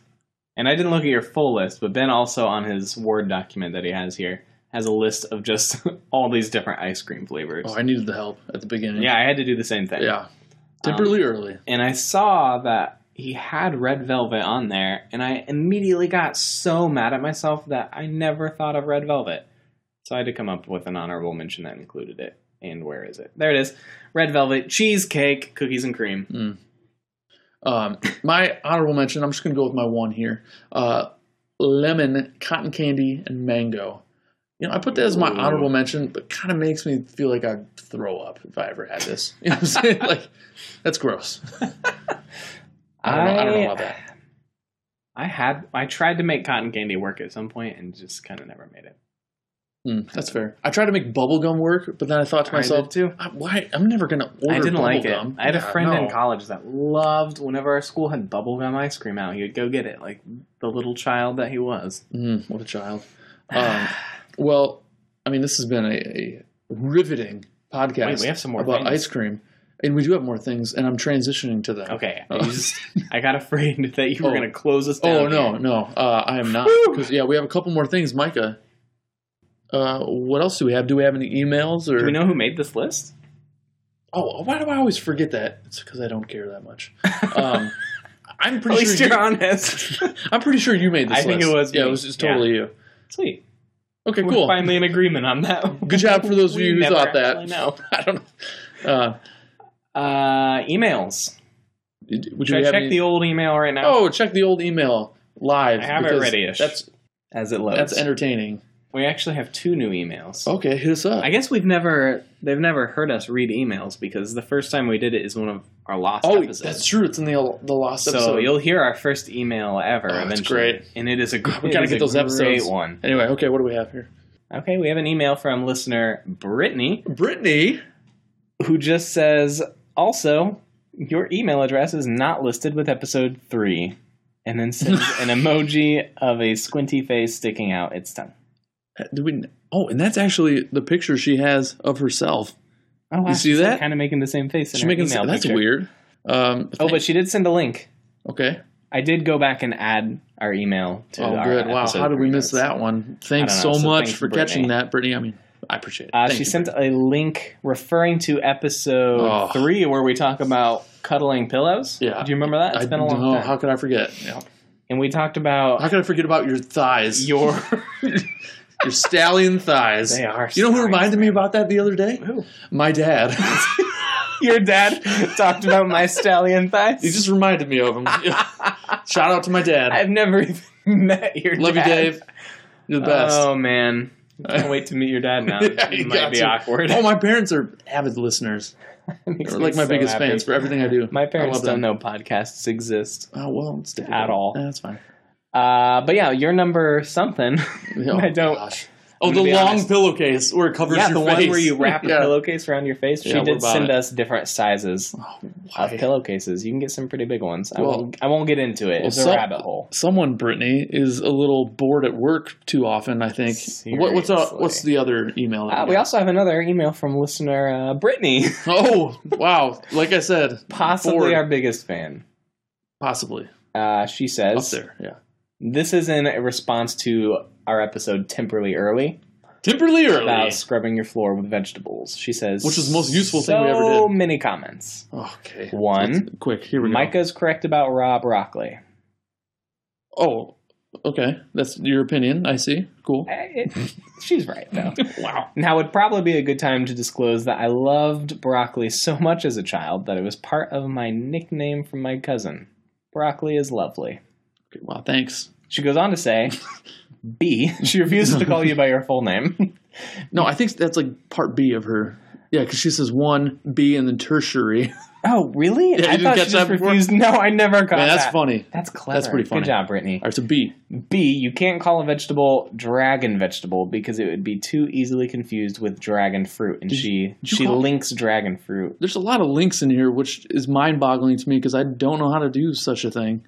Speaker 3: and I didn't look at your full list, but Ben also on his Word document that he has here has a list of just all these different ice cream flavors.
Speaker 2: Oh, I needed the help at the beginning.
Speaker 3: yeah, I had to do the same thing.
Speaker 2: Yeah. Typically
Speaker 3: Um,
Speaker 2: early.
Speaker 3: and I saw that he had Red Velvet on there, and I immediately got so mad at myself that I never thought of Red Velvet. So I had to come up with an honorable mention that included it. And where is it? There it is. Red Velvet, cheesecake, cookies and cream.
Speaker 2: Um, my honorable mention, I'm just going to go with my one here uh, lemon, cotton candy, and mango. You know, I put that as my
Speaker 3: Ooh.
Speaker 2: honorable mention, but kind of makes me feel like I'd throw up if I ever had this. You know what I'm saying? like, that's gross. I don't, know, I don't know about that.
Speaker 3: I had I tried to make cotton candy work at some point and just kind of never made it.
Speaker 2: Hmm, that's fair. I tried to make bubblegum work, but then I thought to
Speaker 3: I did
Speaker 2: myself,
Speaker 3: too.
Speaker 2: I, why? I'm never going to order
Speaker 3: I didn't like it.
Speaker 2: bubblegum."
Speaker 3: I had a
Speaker 2: Yeah,
Speaker 3: friend in
Speaker 2: no.
Speaker 3: college that loved whenever our school had bubblegum ice cream out, he would go get it like the little child that he was.
Speaker 2: Mm, what a child. Um, well, I mean, this has been a, a riveting podcast
Speaker 3: Wait, we have some more
Speaker 2: about
Speaker 3: things.
Speaker 2: ice cream. And we do have more things, and I'm transitioning to them.
Speaker 3: Okay.
Speaker 2: Oh.
Speaker 3: I just I got afraid that you were
Speaker 2: Oh.
Speaker 3: gonna close us down.
Speaker 2: Oh, no,
Speaker 3: here.
Speaker 2: no. Uh, I am not.
Speaker 3: Whew.
Speaker 2: 'Cause, yeah, we have a couple more things. Micah, uh, what else do we have? Do we have any emails? or?
Speaker 3: Do we know who made this list?
Speaker 2: Oh, why do I always forget that? It's because I don't care that much. Um, I'm
Speaker 3: At
Speaker 2: pretty
Speaker 3: least
Speaker 2: sure.
Speaker 3: you're
Speaker 2: you,
Speaker 3: honest.
Speaker 2: I'm pretty sure you made this.
Speaker 3: I think
Speaker 2: list.
Speaker 3: it was
Speaker 2: Yeah,
Speaker 3: me.
Speaker 2: it was just
Speaker 3: Yeah.
Speaker 2: totally you.
Speaker 3: Sweet.
Speaker 2: Okay,
Speaker 3: We're
Speaker 2: cool.
Speaker 3: finally in agreement on that.
Speaker 2: Good job for those of
Speaker 3: We
Speaker 2: you who
Speaker 3: never
Speaker 2: thought that.
Speaker 3: actually know.
Speaker 2: I don't. know. Uh,
Speaker 3: Uh, emails.
Speaker 2: Would
Speaker 3: Should I
Speaker 2: you have
Speaker 3: check
Speaker 2: any-
Speaker 3: the old email right now?
Speaker 2: Oh, check the old email live.
Speaker 3: I have it
Speaker 2: because
Speaker 3: ready-ish.
Speaker 2: That's
Speaker 3: As it loads.
Speaker 2: that's entertaining.
Speaker 3: we actually have two new emails.
Speaker 2: Okay, hit us up.
Speaker 3: I guess we've never they've never heard us read emails because the first time we did it is one of our lost
Speaker 2: oh,
Speaker 3: episodes.
Speaker 2: that's true. It's in the the lost
Speaker 3: So
Speaker 2: episode.
Speaker 3: you'll hear our first email ever.
Speaker 2: Oh, that's
Speaker 3: eventually.
Speaker 2: great.
Speaker 3: and it is a gr-
Speaker 2: We
Speaker 3: it
Speaker 2: gotta
Speaker 3: is
Speaker 2: get
Speaker 3: a
Speaker 2: those episodes.
Speaker 3: Great one.
Speaker 2: anyway, okay, what do we have here?
Speaker 3: Okay, we have an email from listener Brittany
Speaker 2: Brittany.
Speaker 3: who just says, also, your email address is not listed with episode three, and then sends an emoji of a squinty face sticking out its tongue.
Speaker 2: Do we? Oh, and that's actually the picture she has of herself.
Speaker 3: Oh, wow,
Speaker 2: You see
Speaker 3: she's
Speaker 2: that?
Speaker 3: Kind of making the same face. In
Speaker 2: She's
Speaker 3: her
Speaker 2: making
Speaker 3: email Oh,
Speaker 2: that's
Speaker 3: picture.
Speaker 2: weird. Um,
Speaker 3: Oh, but she did send a link.
Speaker 2: okay.
Speaker 3: I did go back and add our email to
Speaker 2: oh,
Speaker 3: our
Speaker 2: good. Wow.
Speaker 3: episode
Speaker 2: How did we miss
Speaker 3: notes.
Speaker 2: that one? Thanks
Speaker 3: know,
Speaker 2: so,
Speaker 3: so
Speaker 2: much
Speaker 3: thanks,
Speaker 2: for
Speaker 3: Brittany.
Speaker 2: catching that, Brittany. I mean, I appreciate it.
Speaker 3: Uh,
Speaker 2: Thank
Speaker 3: she
Speaker 2: you,
Speaker 3: sent a link referring to episode
Speaker 2: Oh.
Speaker 3: three where we talk about cuddling pillows.
Speaker 2: Yeah.
Speaker 3: Do you remember that? It's
Speaker 2: Brittany.
Speaker 3: been a long
Speaker 2: oh,
Speaker 3: time.
Speaker 2: How could I forget? Yeah.
Speaker 3: and we talked
Speaker 2: How
Speaker 3: about
Speaker 2: could I forget about your thighs? Your,
Speaker 3: your.
Speaker 2: stallion thighs.
Speaker 3: they are.
Speaker 2: You know who
Speaker 3: sorry.
Speaker 2: reminded me about that the other day?
Speaker 3: Who?
Speaker 2: My dad.
Speaker 3: Your dad talked about my stallion thighs.
Speaker 2: he just reminded me of him. Shout out to my dad.
Speaker 3: I've never even met your
Speaker 2: Love
Speaker 3: dad.
Speaker 2: you, Dave. You're the best.
Speaker 3: Oh man, can't wait to meet your dad now.
Speaker 2: Yeah, you
Speaker 3: it might
Speaker 2: got
Speaker 3: be
Speaker 2: to.
Speaker 3: awkward.
Speaker 2: Oh, my parents are avid listeners.
Speaker 3: Makes
Speaker 2: They're
Speaker 3: me
Speaker 2: like my
Speaker 3: so
Speaker 2: biggest
Speaker 3: happy.
Speaker 2: fans for everything I do.
Speaker 3: My
Speaker 2: I
Speaker 3: parents
Speaker 2: love
Speaker 3: don't
Speaker 2: them.
Speaker 3: know podcasts exist.
Speaker 2: Oh well, it's difficult. Eh,
Speaker 3: At all.
Speaker 2: That's fine.
Speaker 3: Uh, but yeah, your number something.
Speaker 2: Yeah.
Speaker 3: I don't.
Speaker 2: Gosh. Oh,
Speaker 3: I'm
Speaker 2: the
Speaker 3: gonna be
Speaker 2: long
Speaker 3: honest.
Speaker 2: pillowcase where it covers
Speaker 3: yeah,
Speaker 2: your
Speaker 3: the
Speaker 2: face.
Speaker 3: one where you wrap a
Speaker 2: Yeah.
Speaker 3: pillowcase around your face.
Speaker 2: Yeah,
Speaker 3: she
Speaker 2: what
Speaker 3: did
Speaker 2: about
Speaker 3: send
Speaker 2: it?
Speaker 3: us different sizes
Speaker 2: Oh,
Speaker 3: of
Speaker 2: why?
Speaker 3: pillowcases. You can get some pretty big ones. I
Speaker 2: Well-
Speaker 3: won't. I won't get into it.
Speaker 2: Well,
Speaker 3: it's a
Speaker 2: some-
Speaker 3: rabbit hole.
Speaker 2: Someone, Brittany, is a little bored at work too often. I think. What, what's uh,
Speaker 3: Seriously.
Speaker 2: what's the other email? that
Speaker 3: Uh,
Speaker 2: you
Speaker 3: we
Speaker 2: got?
Speaker 3: also have another email from listener uh, Brittany,
Speaker 2: Oh wow! Like I said,
Speaker 3: possibly
Speaker 2: bored.
Speaker 3: our biggest fan.
Speaker 2: possibly
Speaker 3: Uh, she
Speaker 2: up
Speaker 3: says
Speaker 2: there. Yeah,
Speaker 3: this is in response to our episode temporarily early
Speaker 2: Timberly early.
Speaker 3: about scrubbing your floor with vegetables. She says,
Speaker 2: Which was the most useful
Speaker 3: so
Speaker 2: thing we ever did."
Speaker 3: many comments.
Speaker 2: Okay,
Speaker 3: One,
Speaker 2: Let's- quick. Here we go.
Speaker 3: Micah's correct about raw broccoli.
Speaker 2: Oh, okay. That's your opinion. I see. Cool.
Speaker 3: Eh, it- she's right though.
Speaker 2: wow.
Speaker 3: Now would probably be a good time to disclose that I loved broccoli so much as a child that it was part of my nickname from my cousin. Broccoli is lovely.
Speaker 2: Okay, wow. Thanks.
Speaker 3: She goes on to say, B, she refuses to call you by your full name.
Speaker 2: No, I think that's like part B of her. Yeah, because she says one B and then tertiary. Man,
Speaker 3: Oh, really?
Speaker 2: you
Speaker 3: I
Speaker 2: didn't
Speaker 3: thought
Speaker 2: catch
Speaker 3: she
Speaker 2: that
Speaker 3: just
Speaker 2: before?
Speaker 3: refused. No, I never caught
Speaker 2: that's
Speaker 3: that.
Speaker 2: funny.
Speaker 3: That's clever.
Speaker 2: That's pretty funny.
Speaker 3: Good job, Brittany.
Speaker 2: All right, so B.
Speaker 3: B, you can't call a vegetable dragon vegetable because it would be too easily confused with dragon fruit, and she
Speaker 2: you
Speaker 3: she
Speaker 2: call-
Speaker 3: links dragon fruit.
Speaker 2: There's a lot of links in here, which is mind-boggling to me because I don't know how to do such a thing.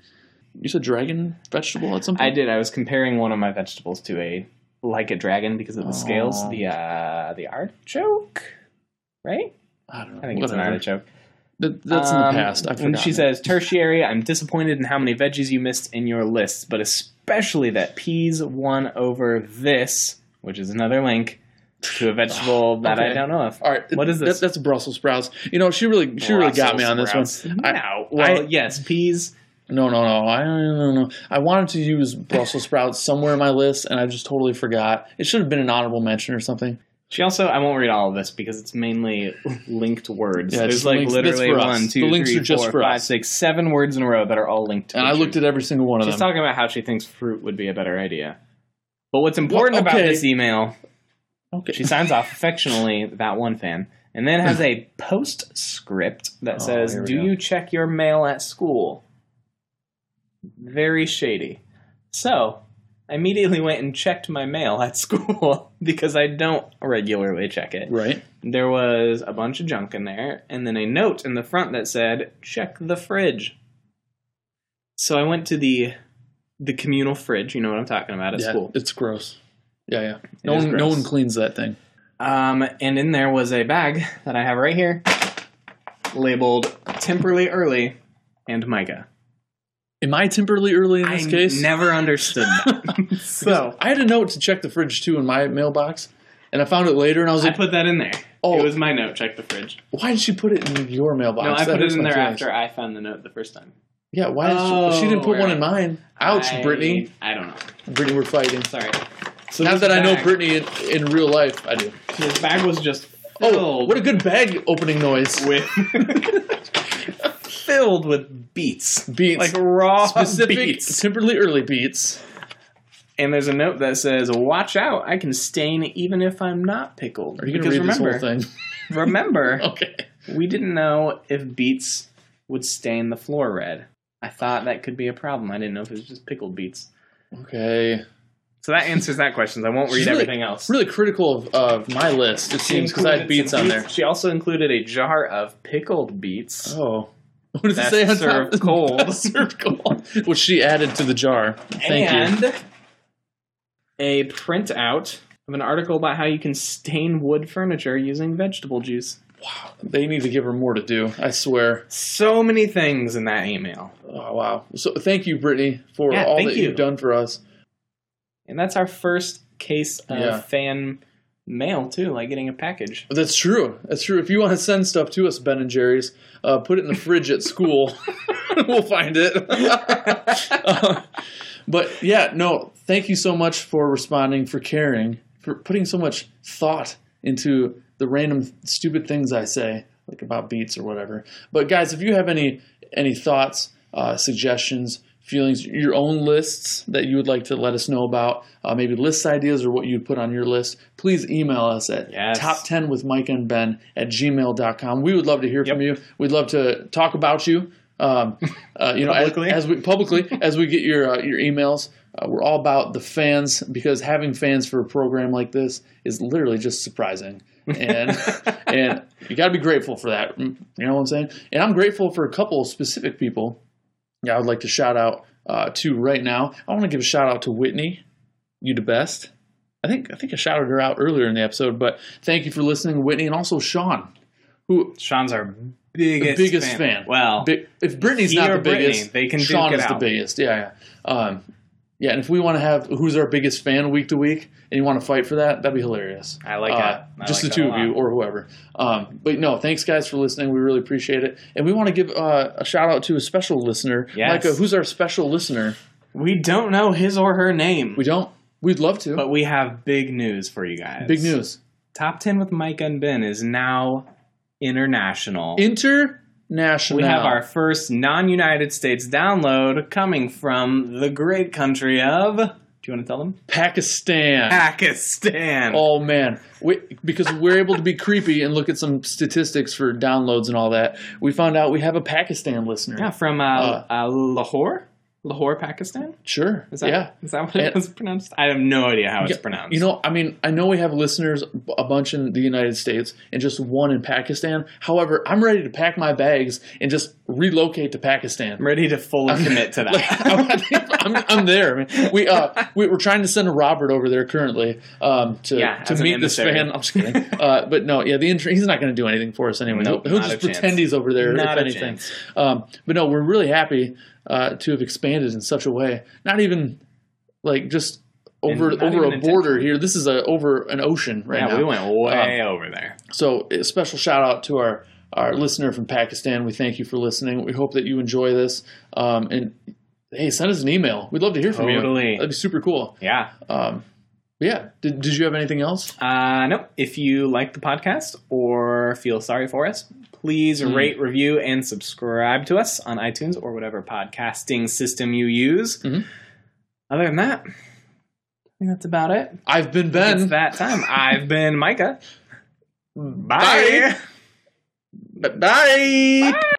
Speaker 2: You said dragon vegetable at some
Speaker 3: I
Speaker 2: point.
Speaker 3: did. I was comparing one of my vegetables to a like a dragon because of the scales.
Speaker 2: Oh.
Speaker 3: The uh the artichoke, right?
Speaker 2: I, don't know.
Speaker 3: I think it's an
Speaker 2: Whatever.
Speaker 3: artichoke.
Speaker 2: That, that's in the
Speaker 3: Um,
Speaker 2: past. I forgot.
Speaker 3: And she says, tertiary, I'm disappointed in how many veggies you missed in your lists, but especially that peas won over this, which is another link to a vegetable that I
Speaker 2: Okay.
Speaker 3: don't know of.
Speaker 2: "All right,
Speaker 3: What is this?
Speaker 2: That, that's Brussels sprouts. You know, she really, she really got me on this one.
Speaker 3: No,
Speaker 2: I-
Speaker 3: well,
Speaker 2: I-
Speaker 3: yes, peas.
Speaker 2: No, no, no. I don't no, no. I wanted to use Brussels sprouts somewhere in my list, and I just totally forgot. It should have been an honorable mention or something.
Speaker 3: She also, I won't read all of this because it's mainly linked words.
Speaker 2: Yeah,
Speaker 3: There's
Speaker 2: just
Speaker 3: like
Speaker 2: links- that's
Speaker 3: literally
Speaker 2: for us.
Speaker 3: one, two,
Speaker 2: The links
Speaker 3: three,
Speaker 2: are just
Speaker 3: four,
Speaker 2: for
Speaker 3: five,
Speaker 2: us.
Speaker 3: six, seven words in a row that are all linked. To
Speaker 2: And I
Speaker 3: pictures.
Speaker 2: looked at every single one of
Speaker 3: She's
Speaker 2: them.
Speaker 3: talking about how she thinks fruit would be a better idea. But what's important about
Speaker 2: okay.
Speaker 3: this email,
Speaker 2: Okay.
Speaker 3: she signs off affectionately that one fan, and then has a postscript that
Speaker 2: Oh,
Speaker 3: says,
Speaker 2: here we
Speaker 3: "Do
Speaker 2: go.
Speaker 3: you check your mail at school?" Very shady. So I immediately went and checked my mail at school because I don't regularly check it.
Speaker 2: right.
Speaker 3: There was a bunch of junk in there, and then a note in the front that said, "Check the fridge." So I went to the the communal fridge. You know what I'm talking about at
Speaker 2: yeah,
Speaker 3: school.
Speaker 2: It's gross. Yeah, yeah. No
Speaker 3: is
Speaker 2: one, no
Speaker 3: gross.
Speaker 2: one cleans that thing.
Speaker 3: Um, and in there was a bag that I have right here, labeled "Temporarily Early" and Micah.
Speaker 2: Am I temporarily early in
Speaker 3: I
Speaker 2: this case?
Speaker 3: never understood that. so
Speaker 2: I had a note to check the fridge too in my mailbox, and I found it later, and I was
Speaker 3: I
Speaker 2: like,
Speaker 3: put that in there.
Speaker 2: Oh.
Speaker 3: It was my note. Check the fridge.
Speaker 2: "Why did she put it in your mailbox?"
Speaker 3: No, I
Speaker 2: That
Speaker 3: put it
Speaker 2: hurts
Speaker 3: in
Speaker 2: my
Speaker 3: there
Speaker 2: feelings.
Speaker 3: after I found the note the first time.
Speaker 2: Yeah, why did she, she didn't put
Speaker 3: Oh,
Speaker 2: one in
Speaker 3: right.
Speaker 2: mine? Ouch,
Speaker 3: I-
Speaker 2: Brittany.
Speaker 3: I don't know.
Speaker 2: Brittany, we're fighting.
Speaker 3: Sorry. So
Speaker 2: Not
Speaker 3: this
Speaker 2: that I know
Speaker 3: bag-
Speaker 2: Brittany in, in real life. I do.
Speaker 3: His bag was just
Speaker 2: Oh,
Speaker 3: filled
Speaker 2: what a good bag opening noise.
Speaker 3: with filled with beets,
Speaker 2: Beats.
Speaker 3: like raw
Speaker 2: specific,
Speaker 3: beets.
Speaker 2: temporarily early beats.
Speaker 3: And there's a note that says, "Watch out! I can stain even if I'm not pickled."
Speaker 2: Are you going
Speaker 3: because
Speaker 2: to read
Speaker 3: remember,
Speaker 2: this whole thing?
Speaker 3: remember,
Speaker 2: okay.
Speaker 3: we didn't know if beets would stain the floor red. I thought that could be a problem. I didn't know if it was just pickled beets.
Speaker 2: Okay.
Speaker 3: So that answers that question. I won't read
Speaker 2: She's really-
Speaker 3: everything else.
Speaker 2: really critical of, of my list, it
Speaker 3: She
Speaker 2: seems, because I had
Speaker 3: included
Speaker 2: beets
Speaker 3: some
Speaker 2: on there.
Speaker 3: She also included a jar of pickled beets.
Speaker 2: Oh. What does it
Speaker 3: Best
Speaker 2: say on top?
Speaker 3: served cold.
Speaker 2: Best served cold. Which she added to the jar. Thank
Speaker 3: and
Speaker 2: you.
Speaker 3: a printout of an article about how you can stain wood furniture using vegetable juice.
Speaker 2: Wow, they need to give her more to do. I swear.
Speaker 3: So many things in that email.
Speaker 2: Oh, wow. So thank you, Brittany, for
Speaker 3: Yeah,
Speaker 2: all
Speaker 3: thank
Speaker 2: that
Speaker 3: you.
Speaker 2: have done for us.
Speaker 3: And that's our first case of
Speaker 2: Yeah.
Speaker 3: fan mail, too, like getting a package.
Speaker 2: That's true. That's true. If you want to send stuff to us, Ben and Jerry's, uh, put it in the fridge at school. we'll find it. Uh, but yeah, no. Thank you so much for responding, for caring, for putting so much thought into the random stupid things I say, like about beats or whatever. But guys, if you have any any thoughts, uh, suggestions, feelings, your own lists that you would like to let us know about, uh, maybe list ideas or what you'd put on your list, please email us at
Speaker 3: Yes.
Speaker 2: top 10 with Mike and Ben at gmail.com. We would love to hear from you.
Speaker 3: Yep.
Speaker 2: We'd love to talk about you. Um, uh, you know, as-
Speaker 3: Publicly.
Speaker 2: As, we publicly as we get your uh, your emails, uh, we're all about the fans because having fans for a program like this is literally just surprising, and and you got to be grateful for that. Mm, You know what I'm saying? And I'm grateful for a couple of specific people. that I would like to shout out uh, to right now. I want to give a shout out to Whitney. You the best. I think I think I shouted her out earlier in the episode, but thank you for listening, Whitney, and also Sean, who
Speaker 3: Sean's our biggest,
Speaker 2: biggest fan.
Speaker 3: Well,
Speaker 2: Bi- if Brittany's
Speaker 3: he
Speaker 2: not
Speaker 3: or
Speaker 2: the biggest,
Speaker 3: Brittany, they can
Speaker 2: Sean
Speaker 3: duke
Speaker 2: is
Speaker 3: it
Speaker 2: the
Speaker 3: out.
Speaker 2: biggest. Yeah, yeah. Um, yeah, and if we want to have who's our biggest fan week to week, and you want to fight for that, that'd be hilarious.
Speaker 3: I like
Speaker 2: Uh,
Speaker 3: that. I
Speaker 2: just
Speaker 3: like
Speaker 2: the
Speaker 3: that
Speaker 2: two
Speaker 3: a
Speaker 2: of you
Speaker 3: lot.
Speaker 2: or whoever. Um, but no, thanks guys for listening. We really appreciate it, and we want to give uh, a shout out to a special listener,
Speaker 3: Yes.
Speaker 2: Micah. Who's our special listener?
Speaker 3: we don't know his or her name,
Speaker 2: We don't. We'd love to.
Speaker 3: but we have big news for you guys.
Speaker 2: Big news.
Speaker 3: Top 10 with Mike and Ben is now international.
Speaker 2: International.
Speaker 3: we have our first non United States download coming from the great country of. Do you want to tell them?
Speaker 2: Pakistan.
Speaker 3: Pakistan.
Speaker 2: Oh man, we, because we're able to be creepy and look at some statistics for downloads and all that. We found out we have a Pakistan listener.
Speaker 3: Yeah, from uh, uh, Lahore? Lahore, Pakistan?
Speaker 2: Sure.
Speaker 3: Is that,
Speaker 2: yeah.
Speaker 3: is that what it
Speaker 2: And-
Speaker 3: was pronounced? I have no idea how it's pronounced.
Speaker 2: You know, I mean, I know we have listeners b- a bunch in the United States and just one in Pakistan. However, I'm ready to pack my bags and just relocate to Pakistan.
Speaker 3: I'm ready to fully commit to
Speaker 2: Like,
Speaker 3: that.
Speaker 2: I'm, I'm there. man. We uh, we we're trying to send Robert over there currently um, to
Speaker 3: Yeah,
Speaker 2: to
Speaker 3: as an
Speaker 2: meet this
Speaker 3: emissary.
Speaker 2: fan. I'm just kidding. Uh, but no, yeah, the intern, he's not going to do anything for us anyway.
Speaker 3: Nope,
Speaker 2: he'll
Speaker 3: not
Speaker 2: just
Speaker 3: a chance.
Speaker 2: pretend he's over there
Speaker 3: Not a
Speaker 2: if anything.
Speaker 3: chance.
Speaker 2: Um, but no, we're really happy uh, to have expanded in such a way. Not even like just over
Speaker 3: And not
Speaker 2: over a
Speaker 3: even
Speaker 2: border here. This is a over an ocean right
Speaker 3: yeah,
Speaker 2: now. Um,
Speaker 3: we went way over there.
Speaker 2: So, a special shout out to our our listener from Pakistan. We thank you for listening. We hope that you enjoy this. Um, and hey, send us an email. We'd love to hear from you.
Speaker 3: Totally.
Speaker 2: That'd be super cool.
Speaker 3: Yeah.
Speaker 2: Um, but yeah. Did, did you have anything else?
Speaker 3: Uh, no. If you like the podcast or feel sorry for us, please
Speaker 2: Hmm.
Speaker 3: rate, review, and subscribe to us on iTunes or whatever podcasting system you use.
Speaker 2: Mhm.
Speaker 3: Other than that, I think that's about it.
Speaker 2: I've been
Speaker 3: It's
Speaker 2: Ben.
Speaker 3: that time. I've been Micah. Bye.
Speaker 2: Bye. Bye.
Speaker 3: Bye.